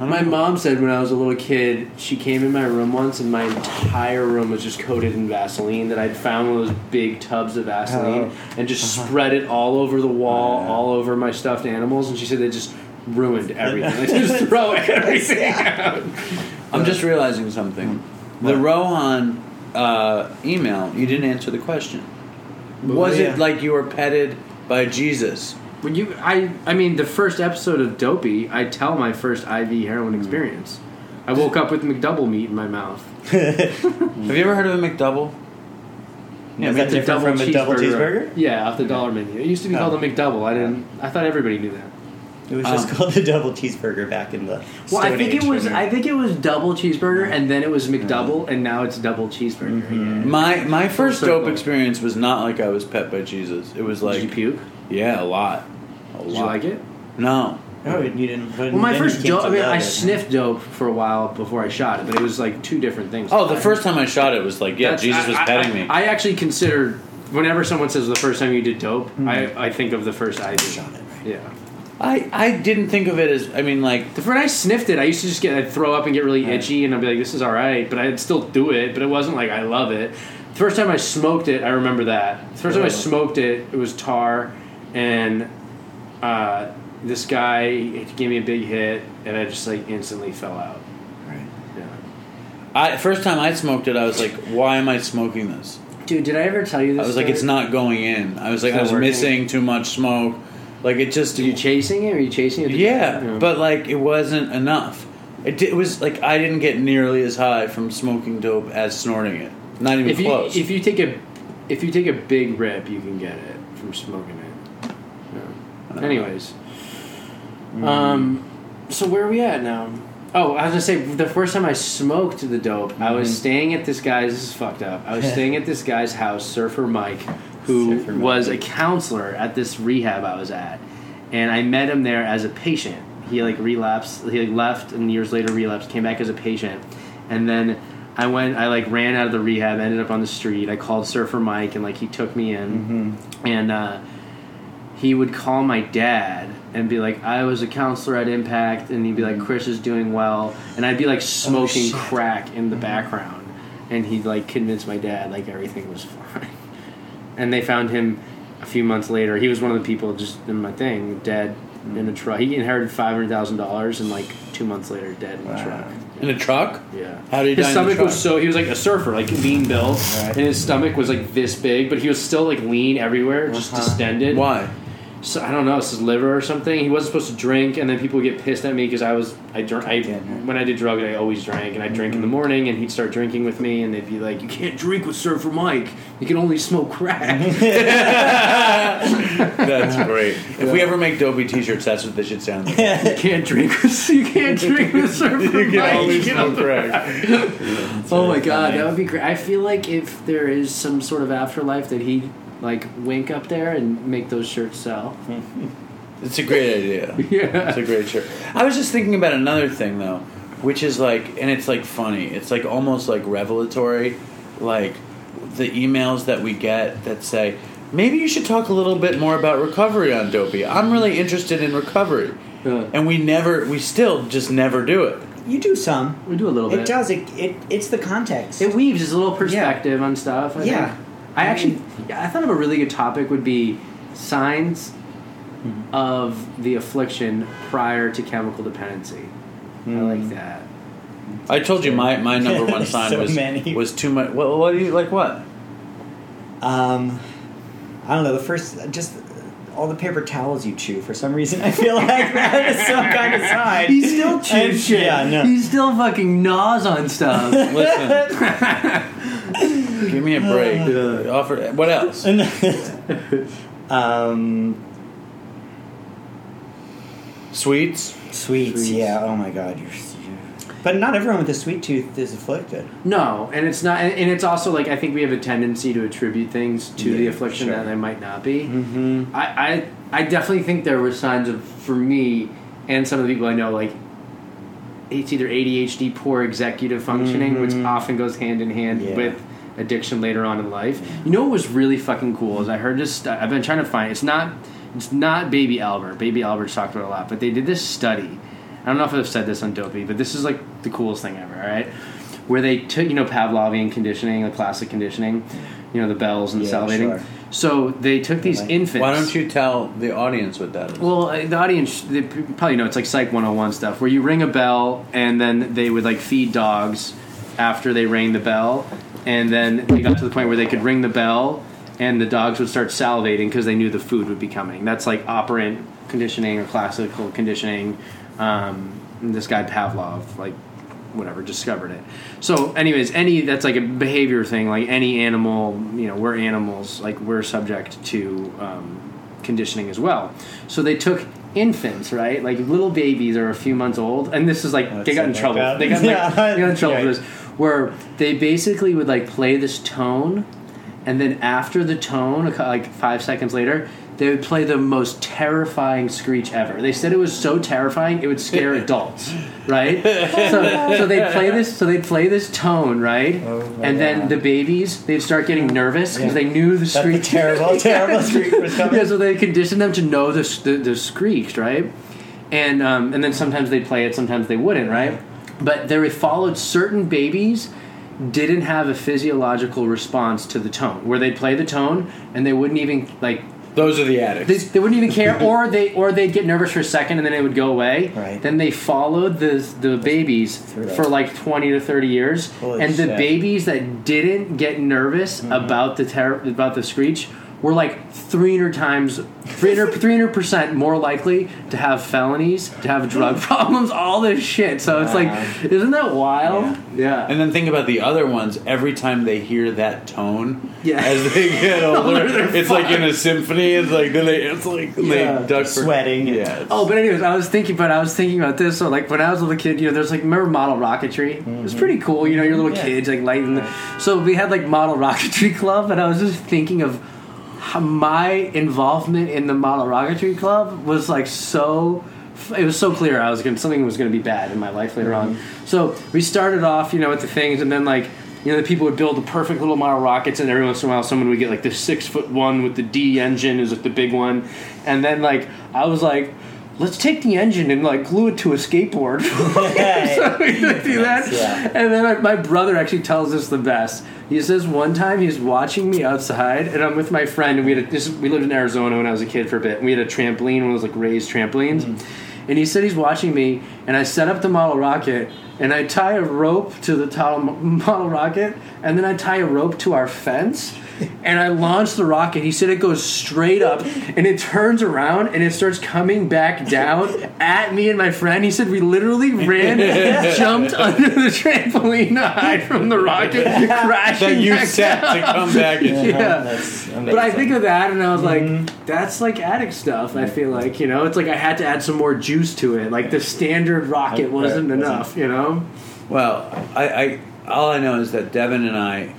My mom said when I was a little kid, she came in my room once and my entire room was just coated in Vaseline that I'd found one of those big tubs of Vaseline Oh. and just Uh-huh. spread it all over the wall, all over my stuffed animals. And she said they just (laughs) ruined everything. They just throw everything out. I'm just realizing something. Hmm. The Rohan uh, email, you didn't answer the question. Was yeah. it like you were petted by Jesus? When you, I, I mean, the first episode of Dopey, I tell my first IV heroin experience. I woke up with McDouble meat in my mouth. Hmm. Have you ever heard of a McDouble? Is It's that different from a double cheeseburger? Yeah, off the dollar menu. It used to be Oh. called a McDouble. I didn't. I thought everybody knew that. It was just Um, called the double cheeseburger back in the. Well, I Stone think Age it was. when I think it was double cheeseburger, and then it was McDouble, and now it's double cheeseburger. Mm-hmm. My my first circle. dope experience was not like I was pet by Jesus. It was Did you like puke? yeah, a lot. A Did lot. you like it? No. Oh, you didn't. Well, Well, my first dope. I mean, I sniffed dope for a while before I shot it, but it was like two different things. Oh, the first time I shot it was like yeah, That's- Jesus I- was I- petting I- me. I actually consider whenever someone says the first time you did dope, Mm-hmm. I, I think of the first I did. Shot it, right. Yeah. I I didn't think of it as I mean like The first I sniffed it, I used to just get I'd throw up and get really itchy, and I'd be like, "This is all right," but I'd still do it. But it wasn't like I love it. The first time I smoked it, I remember that. The first time I Oh. smoked it, it was tar, and uh, this guy he gave me a big hit, and I just like instantly fell out. Yeah. I first time I smoked it, I was like, "Why am I smoking this?" Dude, did I ever tell you this? I was like, "It's not going in." I was like, It's not "I was uh, working. missing too much smoke." Like it just, Were you chasing it? Were you chasing it? yeah, but like it wasn't enough. It, di- it was like I didn't get nearly as high from smoking dope as snorting it. Not even if you close. if you take a if you take a big rip, you can get it from smoking it. Yeah. Anyways, um, Mm. so where are we at now? Oh, I was gonna say the first time I smoked the dope, I Mm-hmm. was staying at this guy's. This is fucked up. I was staying at this guy's house, Surfer Mike, who Surfer Mike. was a counselor at this rehab I was at, and I met him there as a patient. He like relapsed. He like left, and years later relapsed. Came back as a patient, and then I went. I like ran out of the rehab. Ended up on the street. I called Surfer Mike, and like he took me in, Mm-hmm. and uh, he would call my dad and be like, "I was a counselor at Impact," and he'd be Mm-hmm. like, "Chris is doing well," and I'd be Oh, like smoking shit. crack in the Mm-hmm. background, and he'd like convince my dad like everything was (laughs) fine, and they found him a few months later. He was one of the people just in my thing, dead Mm-hmm. in a truck. He inherited five hundred thousand dollars, and like two months later, dead in a truck. In a truck? Yeah. How did he die his in the stomach truck? was so he was like a surfer, like lean built, Right. and his stomach was like this big, but he was still like lean everywhere, just Uh-huh. distended. Why? So I don't know, it's his liver or something. He wasn't supposed to drink, and then people would get pissed at me because I was I drank I, Damn it. when I did drugs, I always drank, and I drink in the morning, and he'd start drinking with me, and they'd be like, "You can't drink with Surfer Mike. You can only smoke (laughs) crack." (laughs) That's great. If we ever make dopey T-shirts, that's what they should sound like. you you can't drink with you can't drink (laughs) with Surfer Mike. can always (laughs) You know? smoke crack. Oh my really god, funny. that would be great. I feel like if there is some sort of afterlife that he like wink up there and make those shirts sell. It's a great idea. (laughs) Yeah. It's a great shirt. I was just thinking about another thing though, which is like, and it's like funny. It's like almost like revelatory, like the emails that we get that say, maybe you should talk a little bit more about recovery on Dopey. I'm really interested in recovery, Yeah. and we never, we still just never do it. (laughs) You do some. (laughs) We do a little bit. It does. It, it it's the context. It weaves it's a little perspective on stuff. I Yeah. think. I actually yeah, I thought of a really good topic would be signs Mm-hmm. of the affliction prior to chemical dependency. I Mm. like that. I told you my, my number one (laughs) sign So was many. was too much. Well, what do you like? What? Um, I don't know. The first, just all the paper towels you chew. For some reason, I feel like (laughs) that is some kind of sign. He (laughs) still And- chews shit. Yeah, no. He still fucking gnaws on (laughs) stuff. Listen, give me a break. Uh, Offer what else? (laughs) um, Sweets. sweets, Sweets. Yeah. Oh my God. You're, you But not everyone with a sweet tooth is afflicted. no, and it's not. And and it's also like I think we have a tendency to attribute things to the Yeah, affliction sure. that they might not be. Mm-hmm. I, I I definitely think there were signs of for me and some of the people I know like it's either ADHD poor executive functioning which often goes hand in hand Mm-hmm. Yeah. with addiction later on in life. You know what was really fucking cool is I heard this stu- I've been trying to find it's not it's not baby Albert. Baby Albert's talked about it a lot, but they did this study. I don't know if I've said this on Dopey, but this is like the coolest thing ever, all right? Where they took, you know, Pavlovian conditioning, the classic conditioning, you know, the bells and Yeah, salivating. sure. So they took these Right. infants. Why don't you tell the audience what that is? Well, uh, the audience they p- probably know it's like Psych 101 stuff where you ring a bell and then they would like feed dogs after they rang the bell, and then they got to the point where they could ring the bell and the dogs would start salivating because they knew the food would be coming. That's like operant conditioning or classical conditioning. Um, and this guy Pavlov, like whatever discovered it. So, anyways, any that's like a behavior thing, like any animal, you know, we're animals, like we're subject to um, conditioning as well. So they took infants, right, like little babies are a few months old, and this is like That's they got so in trouble. fucked up. They got, (laughs) like, Yeah. they got in trouble Yeah. for this, where they basically would like play this tone, and then after the tone, a cou- like five seconds later. They would play the most terrifying screech ever. They said it was so terrifying it (laughs) would scare adults, right? so, so they play this. So they play this tone, right? Oh my and then God. the babies they'd start getting nervous because Yeah. they knew the That's a screech. (laughs) terrible, terrible streak for yeah, something. so they conditioned them to know the s- the, the screech, right? And um, and then sometimes they play it, sometimes they wouldn't, right? But they followed certain babies didn't have a physiological response to the tone, where they'd play the tone and they wouldn't even like Those are the addicts. they, they wouldn't (laughs) even care, or they or they'd get nervous for a second and then it would go away. Right. Then they followed the the babies Through for that. like twenty to thirty years, Holy and the shit. Mm-hmm. babies that didn't get nervous about the ter- about the screech were like 300 times 300 percent more likely to have felonies to (laughs) have drug problems all this shit so it's Wow. like isn't that wild yeah, and then think about the other ones. Every time they hear that tone, Yeah. as they (laughs) get older, it's like in a symphony. It's like then they, it's like Yeah. they duck for, Sweating. Yeah. Oh, but anyways, I was thinking, but I was thinking about this. So, like, when I was a little kid, you know, there's like remember model rocketry. It Mm-hmm. was pretty cool. You know, your little Yeah. kids like lighting. The, so we had like model rocketry club, and I was just thinking of how my involvement in the model rocketry club was like so it was so clear I was going to something was going to be bad in my life later Mm-hmm. on. So we started off, you know, with the things, and then like you know, the people would build the perfect little model rockets, and every once in a while, someone would get like the six foot one with the D engine is like the big one, and then like I was like. Let's take the engine and like glue it to a skateboard. (laughs) so (laughs) we do that. Yeah. And then like, my brother actually tells us the best. He says one time he's watching me outside, and I'm with my friend, and we had a, this, we lived in Arizona when I was a kid for a bit. And we had a trampoline, one of those like raised trampolines. And he said he's watching me, and I set up the model rocket, and I tie a rope to the top (laughs) model rocket, and then I tie a rope to our fence. And I launch the rocket. He said it goes straight up and it turns around and it starts coming back down at me and my friend. He said we literally (laughs) ran, jumped under the trampoline to hide from the rocket, crashing that you (laughs) back set down. to come back and Yeah. That's But I amazing. think of that and I was like, Mm-hmm. that's like addict stuff. I feel like, you know, it's like I had to add some more juice to it. Like the standard rocket Right, wasn't wasn't- enough, you know? Well, I, I all I know is that Devin and I,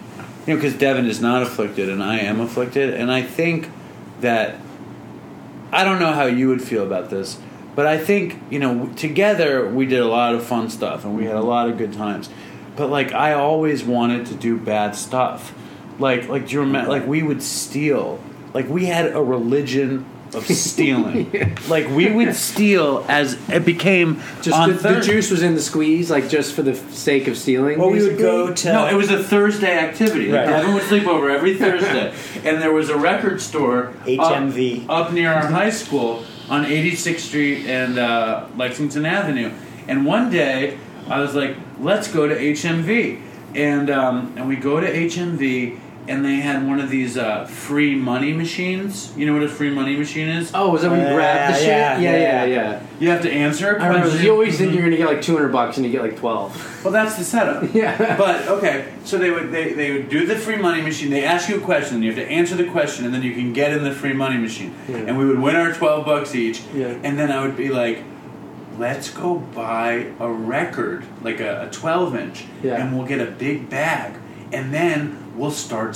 you know, because Devin is not afflicted and I am afflicted, and I think that I don't know how you would feel about this, but I think you know together we did a lot of fun stuff and we had a lot of good times, but like I always wanted to do bad stuff, like like do you remember like we would steal, like we had a religion. Of (laughs) stealing, like we would steal as it became Just on the, the Thurs- juice was in the squeeze, like just for the f- sake of stealing. Well, we would basically. go to Uh, No, it was a Thursday activity. Right. Devin would sleep over every (laughs) Thursday, and there was a record store up- HMV. up, near our high school on 86th Street and uh, Lexington Avenue. And one day, I was like, "Let's go to HMV," and um, and we go to HMV, and they had one of these uh, free money machines. You know what a free money machine is? Oh, was that when you Yeah, grabbed the shit? yeah, Yeah, yeah, yeah. yeah. You have to answer. I remember you always think you're gonna get like 200 bucks and you get like 12. Well, that's the setup. (laughs) Yeah. But okay, so they would they, they would do the free money machine. They ask you a question, you have to answer the question, and then you can get in the free money machine. Yeah. And we would win our twelve bucks each. Yeah. And then I would be like, "Let's go buy a record, like a, a twelve inch, Yeah. and we'll get a big bag, and then we'll start (laughs)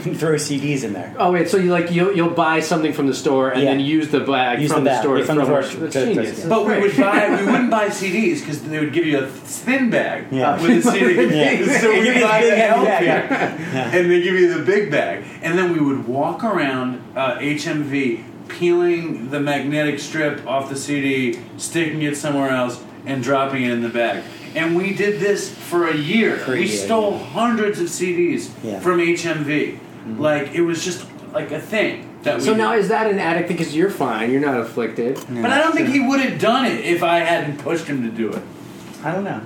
(laughs) throw CDs in there. Oh wait, so you like you'll, you'll buy something from the store and Yeah. then use the bag Use from the the, bag store from the from store That's to- to- genius. to- But we That's would great. (laughs) buy. We wouldn't buy CDs because they would give you a thin bag Yeah. with a CD. (laughs) Yeah. So Give we me the buy big the heavy LP, bag. and they give you the big bag, and then we would walk around uh, HMV peeling the magnetic strip off the CD, sticking it somewhere else, and dropping it in the bag. And we did this for a year. For a we year, stole yeah. hundreds of CDs Yeah. Mm-hmm. from HMV. Like it was just like a thing that we. So now did. is that an addict because you're fine, you're not afflicted. Mm. But I don't think he would have done it if I hadn't pushed him to do it. I don't know.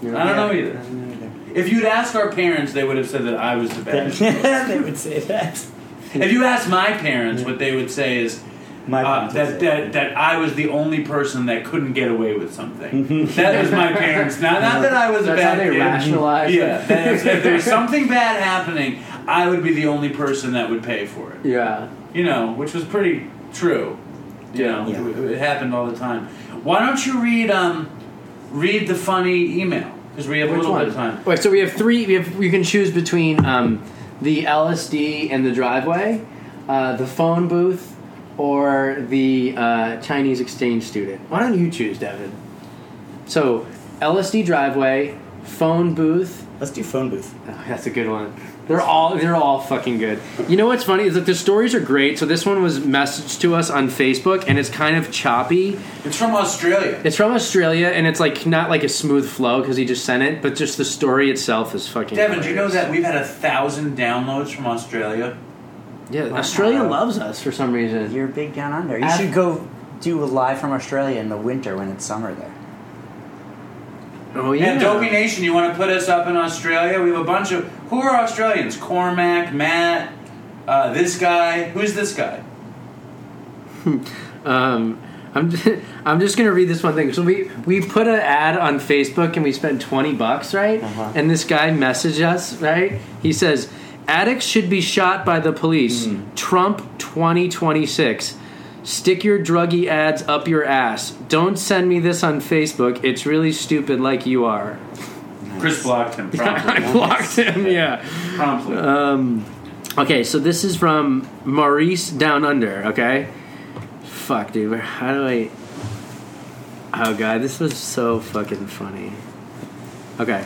You I don't know Yeah, either. I don't know either. If you'd asked our parents, they would have said that I was the bad. (laughs) they would say that. if you asked my parents, what they would say is My uh, parents that, would say that that I was the only person that couldn't get away with (laughs) something. that was my parents. Not not that I was a That's bad how they kid. rationalize it. Yeah, that if, if there's something bad happening, I would be the only person that would pay for it. Yeah. You know, which was pretty true. You know, Yeah. it, it happened all the time. Why don't you read um read the funny email because we have a Which little one? bit of time. Wait, so we have three. We have you can choose between um, the LSD and the driveway, uh, the phone booth, or the uh, Chinese exchange student. Why don't you choose, Devin? So LSD driveway, phone booth. Let's do phone booth. Oh, that's a good one. They're all they're all fucking good. You know what's funny is that the stories are great. So this one was messaged to us on Facebook, and it's kind of choppy. It's from Australia. It's from Australia, and it's like not like a smooth flow because he just sent it, but just the story itself is fucking. Devin, do you know hilarious. that we've had a thousand downloads from Australia? Yeah, Australia Uh, Wow. loves us for some reason. You're big down under. You Ab- should go do a live from Australia in the winter when it's summer there. Oh yeah, And Dopey Nation, you want to put us up in Australia? We have a bunch of who are Australians? Cormac, Matt, uh, this guy. Who's this guy? Um, I'm (laughs) just, I'm just gonna read this one thing. So we we put an ad on Facebook and we spent twenty bucks, right? Uh-huh. And this guy messaged us, right? He says, "Addicts should be shot by the police." Trump twenty twenty six. Stick your druggy ads up your ass. Don't send me this on Facebook. It's really stupid, like you are. (laughs) Chris blocked him promptly. I blocked him. Yeah. promptly. Um, Okay, so this is from Maurice Down Under, okay? Fuck, dude, where- how do I. Oh god, this was so fucking funny. Okay.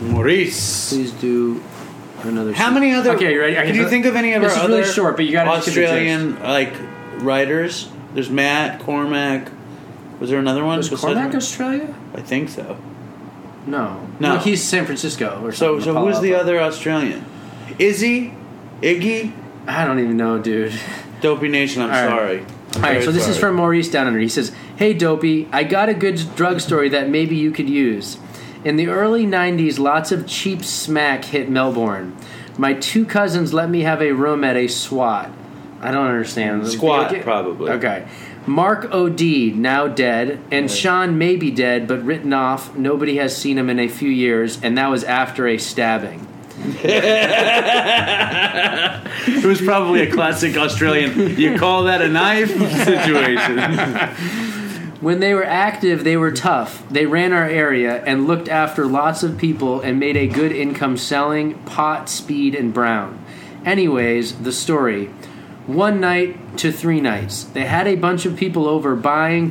Maurice. Please do another. How sec- many other? Okay, you ready? I Can you think of any of This our is really other short, but you gotta just give it Australian like writers? There's Matt Cormack. Was there another one? Was besides Cormac him? Australia? I think so. No. No. he's San Francisco or So something. so who's the Palo other Australian? Izzy, Iggy, Alto. I don't even know, dude. Dopey Nation. I'm All right. sorry. All right, so this is from Maurice Down Under. He says, "Hey, dopey, I got a good drug story that maybe you could use. In the early '90s, lots of cheap smack hit Melbourne. My two cousins let me have a room at a SWAT. I don't understand Squat, Okay. probably. Okay." Mark O'D, now dead, and Sean may be dead, but written off. Nobody has seen him in a few years, and that was after a stabbing. (laughs) It was probably a classic Australian. You call that a (laughs) knife situation? When they were active, they were tough. They ran our area and looked after lots of people and made a good income selling pot, speed, and brown. Anyways, the story. One night to three nights. They had a bunch of people over buying,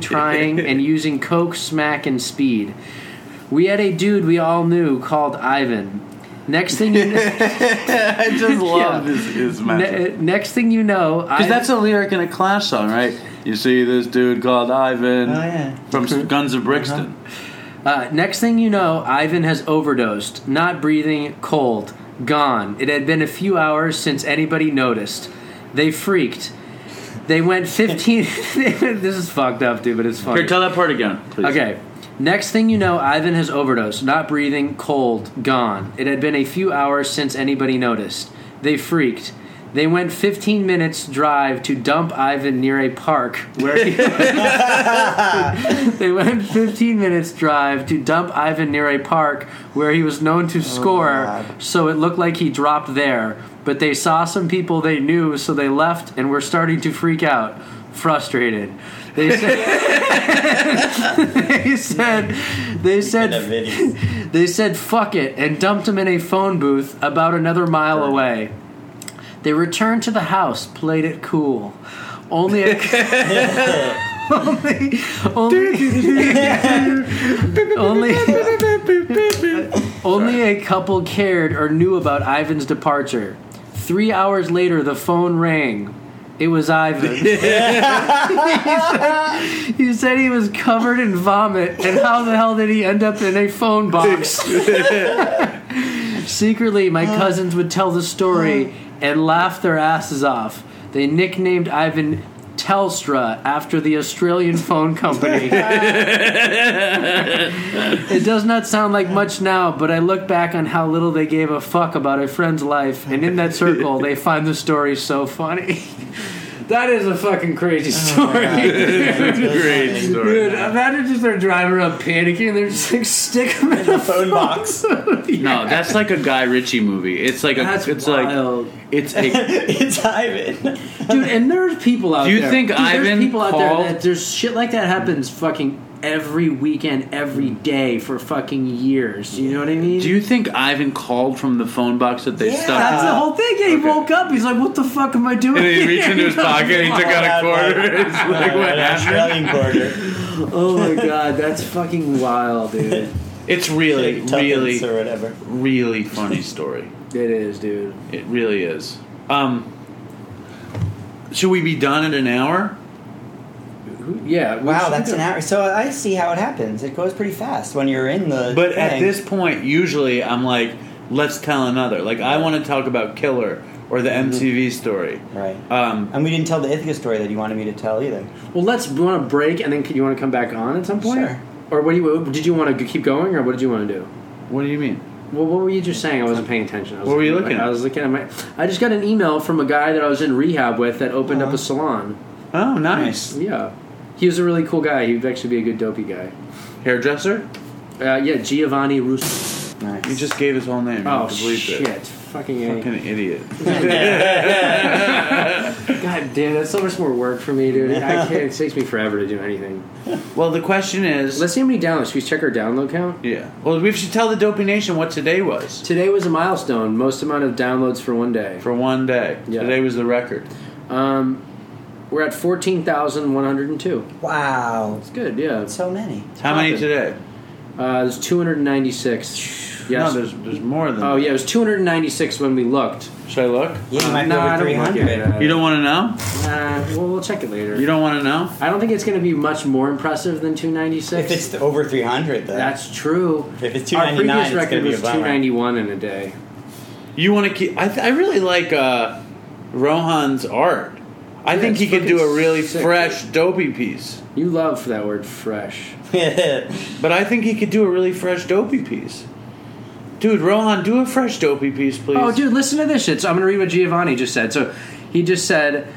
(laughs) trying, and using coke, smack, and speed. We had a dude we all knew called Ivan. Next thing you (laughs) know, I just love this, this matchup. ne- next thing you know, Because Ivan- eh, that's a lyric in a Clash song, right? You see this dude called Ivan Oh, yeah. from S- Guns of Brixton. Uh, next thing you know, Ivan has overdosed, not breathing, cold, gone. It had been a few hours since anybody noticed. They freaked. They went 15. (laughs) this is fucked up, dude, but it's funny. Here, tell that part again, please. (laughs) Okay. Next thing you know, Ivan has overdosed, not breathing, cold, gone. It had been a few hours since anybody noticed. They freaked. They went 15 minutes drive to dump Ivan near a park where he (laughs) They went 15 minutes drive to dump Ivan near a park where he was known to score, God. so it looked like he dropped there. But they saw some people they knew, so they left and were starting to freak out, frustrated. They said (laughs) they said they In a said video. (laughs) they said fuck it and dumped him in a phone booth about another mile away. They returned to the house, played it cool. Only a only only only only a couple cared or knew about Ivan's departure. Three hours later, the phone rang. It was Ivan. he, said, (laughs) he said he was covered in vomit, and how the hell did he end up in a phone box? (laughs) Secretly, my cousins would tell the story and laugh their asses off. They nicknamed Ivan Telstra after the Australian phone company. It does not sound like much now, but I look back on how little they gave a fuck about a friend's life, and in that circle, they find the story so funny. (laughs) that is a fucking crazy story. (laughs) (laughs) Great story. Dude, imagine just they're driving around panicking, and they're just like, stick them in a Phone box. No, that's like a Guy Ritchie movie. It's like a. That's it's wild. like it's (laughs) a. (laughs) it's Ivan. Dude, and there's people out Do you there. think Dude, Ivan There's people out there called- that there's shit like that happens fucking every weekend, every day for fucking years. You know what I mean? Mm. Do you think Ivan called from the phone box that they Yeah. stuck? That's the whole thing. Yeah, he woke up. He's like, "What the fuck am I doing?" And then he reached into his (laughs) here?" pocket and he took out a quarter. (laughs) It's like An what happened? Australian quarter. (laughs) Oh my god, that's fucking wild, dude. It It's really, Tuppence really, or whatever. really funny story. is, dude. It really is. Um, should we be done in an hour? Yeah. we Wow, should that's do- an hour. So I see how it happens. It goes pretty fast when you're in the. But at thing. this point, usually I'm like, let's tell another. Like I want to talk about Killer or the Mm-hmm. MTV story. right, Um, and we didn't tell the Ithaca story that you wanted me to tell either. Well, let's. You want to break, and then can, you want to come back on at some point, Sure. or what do you? Did you want to keep going, or what did you want to do? what do you mean? Well, what were you just saying? I wasn't paying attention. I was What were you looking at? I was looking at my. I just got an email from a guy that I was in rehab with that opened up Uh-huh. a salon. Oh, nice Yeah, he was a really cool guy. He'd actually be a good dopey guy. hairdresser. Uh, yeah, Giovanni Russo. Nice. You just gave his whole name. You Oh have to believe shit! It. Fucking A. Fucking idiot. God damn, that's so much more work for me, dude. (laughs) I can't. It takes me forever to do anything. Well, the question is, Let's see how many downloads. Should we check our download count? yeah. Well, we should tell the Dopey Nation what today was Today was a milestone. Most amount of downloads for one day. for one day. Yeah. Today was the record. Um, We're at 14,102. Wow. It's good, yeah. So many. How many Poppin'. today? Uh, there's (sighs) 296. Yes. No, there's there's more than. oh, yeah, it was 296 when we looked. Should I look? Yeah, you Uh, might be no, I over don't want to do 300. that. You don't want to know. Uh, well, we'll check it later. You don't want to know. I don't think it's going to be much more impressive than 296. If it's th- over 300, though. That's true. if it's Our 299, previous it's going record to be was a bummer. 291 in a day. You want to keep? I, th- I really like uh, Rohan's art. I Yeah, think it's he could do fucking a really sick, fresh, dopey piece. You love that word fresh. But I think he could do a really fresh, dopey piece. Dude, Rohan, do a fresh, dopey piece, please. Oh, dude, listen to this shit. So I'm going to read what Giovanni just said. So he just said,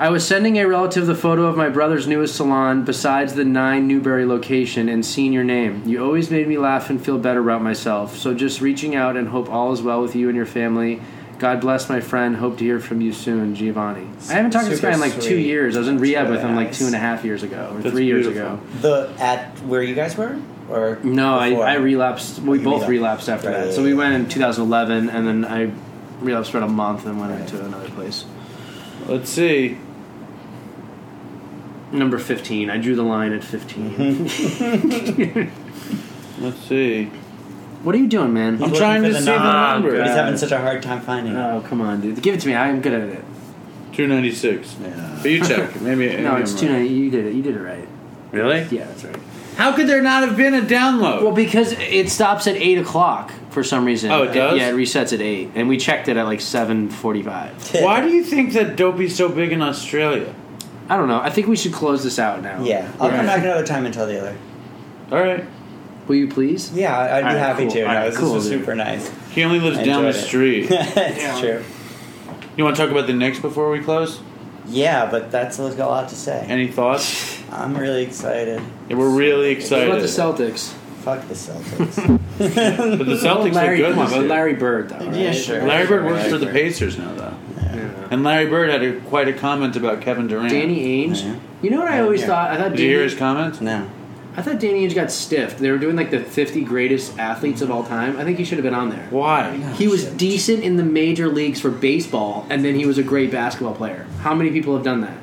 I was sending a relative the photo of my brother's newest salon besides the nine Newberry location and seeing your name. You always made me laugh and feel better about myself. So just reaching out and hope all is well with you and your family. God bless my friend. Hope to hear from you soon, Giovanni. I haven't talked to this Super guy in like two sweet. years. I was in rehab really with him like nice. two and a half years ago or That's three years beautiful. ago. (laughs) the at where you guys were, or No, I, before? I relapsed. We You both relapsed. relapsed after Right, that. yeah, so we yeah. went in 2011, and then I relapsed for about a month and went into another place. Let's see. Number 15. I drew the line at Mm-hmm. 15. Let's see. what are you doing, man? I'm looking trying for to the see the knob. number. He's Yeah. having such a hard time finding it. Oh, come on, dude. Give it to me. I'm good at it. 296. But you (laughs) check. Maybe. maybe No, I'm it's wrong. 290. You did it. You did it right. Really? Yeah, that's right. How could there not have been a download? Well, because it stops at 8 o'clock for some reason. Oh, it does? yeah, it resets at 8. And we checked it at like 7.45. Why do you think that dopey's so big in Australia? I don't know. I think we should close this out now. Yeah, I'll Yeah. come back another time and tell the other. All right. Will you please? Yeah, I- I'd be All right, happy cool. to. All No, right, this cool, was dude. super nice. (laughs) He only lives I down the enjoyed it. (laughs) street. it's Yeah. true. you want to talk about the Knicks before we close? Yeah, but that's a lot to say. Any thoughts? I'm really excited. Yeah, we're really What excited. about the Celtics? Fuck the (laughs) Celtics. But the Oh, Celtics Larry, are good. come on, this but year. Larry Bird, though. Right? Yeah, sure. Larry Bird works Larry for the Bird. Pacers now, though. Yeah. And Larry Bird had a, quite a comment about Kevin Durant. Danny Ainge. Yeah. You know what I Yeah. always thought? I thought Did you hear his Danny, comments? No. I thought Danny Ainge got stiffed. They were doing like the 50 greatest athletes of all time. I think he should have been on there. Why? He was Oh, shit. decent in the major leagues for baseball, and then he was a great basketball player. How many people have done that?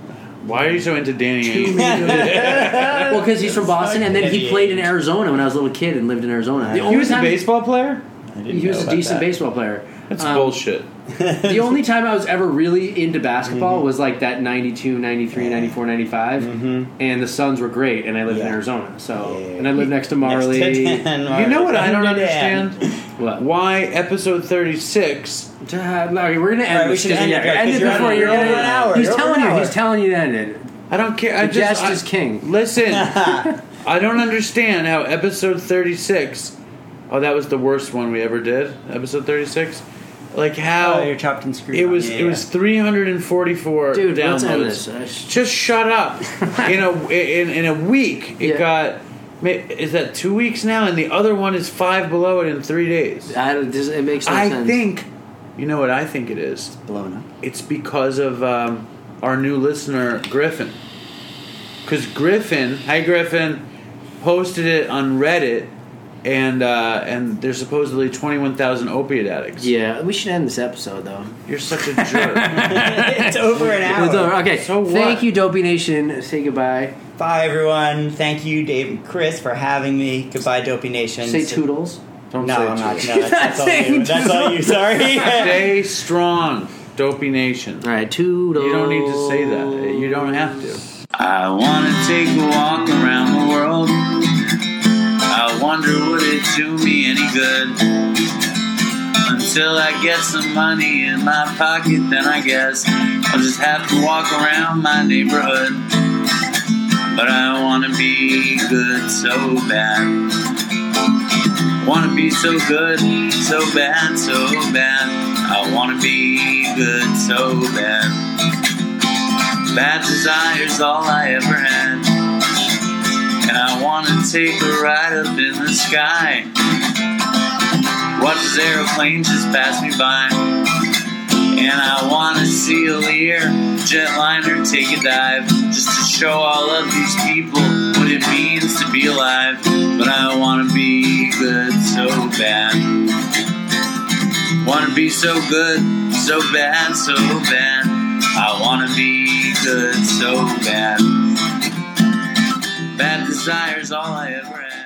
Why are you so into Danny Too Ainge? many. (laughs) well, because he's from Boston, and then he Danny played in Arizona when I was a little kid and lived in Arizona. The He only He was a time- baseball player? I didn't He was know a about decent that. baseball player. That's Um, bullshit. the (laughs) only time I was ever really into Mm-hmm. basketball was like that 92, 93, 94, 95. And the Suns were great, and I lived in Mm-hmm. Yeah. Arizona. So, Yeah. and I lived next to Next Marley. to Dan Marley. You know what I don't Dan. understand? what? Why episode 36 Uh, Larry, we're gonna end. All right, we this should 'cause end it, yeah, right, 'cause End it you're before on- you're you're gonna- over an hour, He's you're over an telling you. hour. He's telling you to end it. I don't care. I The just, jest I- is king. (laughs) Listen, I don't understand how episode 36. Oh, that was the worst one we ever did. Episode 36. Like how (laughs) Oh, you're chopped and screwed. it was. Yeah, It yeah. was 344 downloads. Dude, let's end this. I sh- Just shut (laughs) up. in a in, in a week, it Yeah. got. ma- Is that two weeks now? And the other one is five below it in three days. I don't, this, it makes no I sense. think. You know what I think it is. blown up. (laughs) It's because of um, our new listener, Griffin. Because Griffin, hi Griffin, posted it on Reddit, and uh, and there's supposedly 21,000 opiate addicts. Yeah, we should end this episode though. You're such a (laughs) jerk. it's over an It's over. hour. Okay, So what? thank you, Dopey Nation. Say goodbye. Bye, everyone. Thank you, Dave and Chris, for having me. Goodbye, Dopey Nation. Say toodles. Don't No, say I'm not. too- No, that's, (laughs) that's all you. That's all you. (laughs) Sorry. Stay strong, dopey nation. All right, toodles. You don't need to say that. You don't have to. I want to take a walk around the world. I wonder would it do me any good? Until I get some money in my pocket, then I guess I'll just have to walk around my neighborhood. But I want to be good so bad. Want to be so good, so bad, so bad. I want to be good so bad. Bad desire's all I ever had. And I wanna take a ride up in the sky. Watch this aeroplane just pass me by. And I wanna see a Lear jetliner take a dive. Just to show all of these people what it means to be alive. But I wanna be good so bad. Wanna be so good, so bad, so bad. I wanna be be good so bad. Bad desire's all I ever had.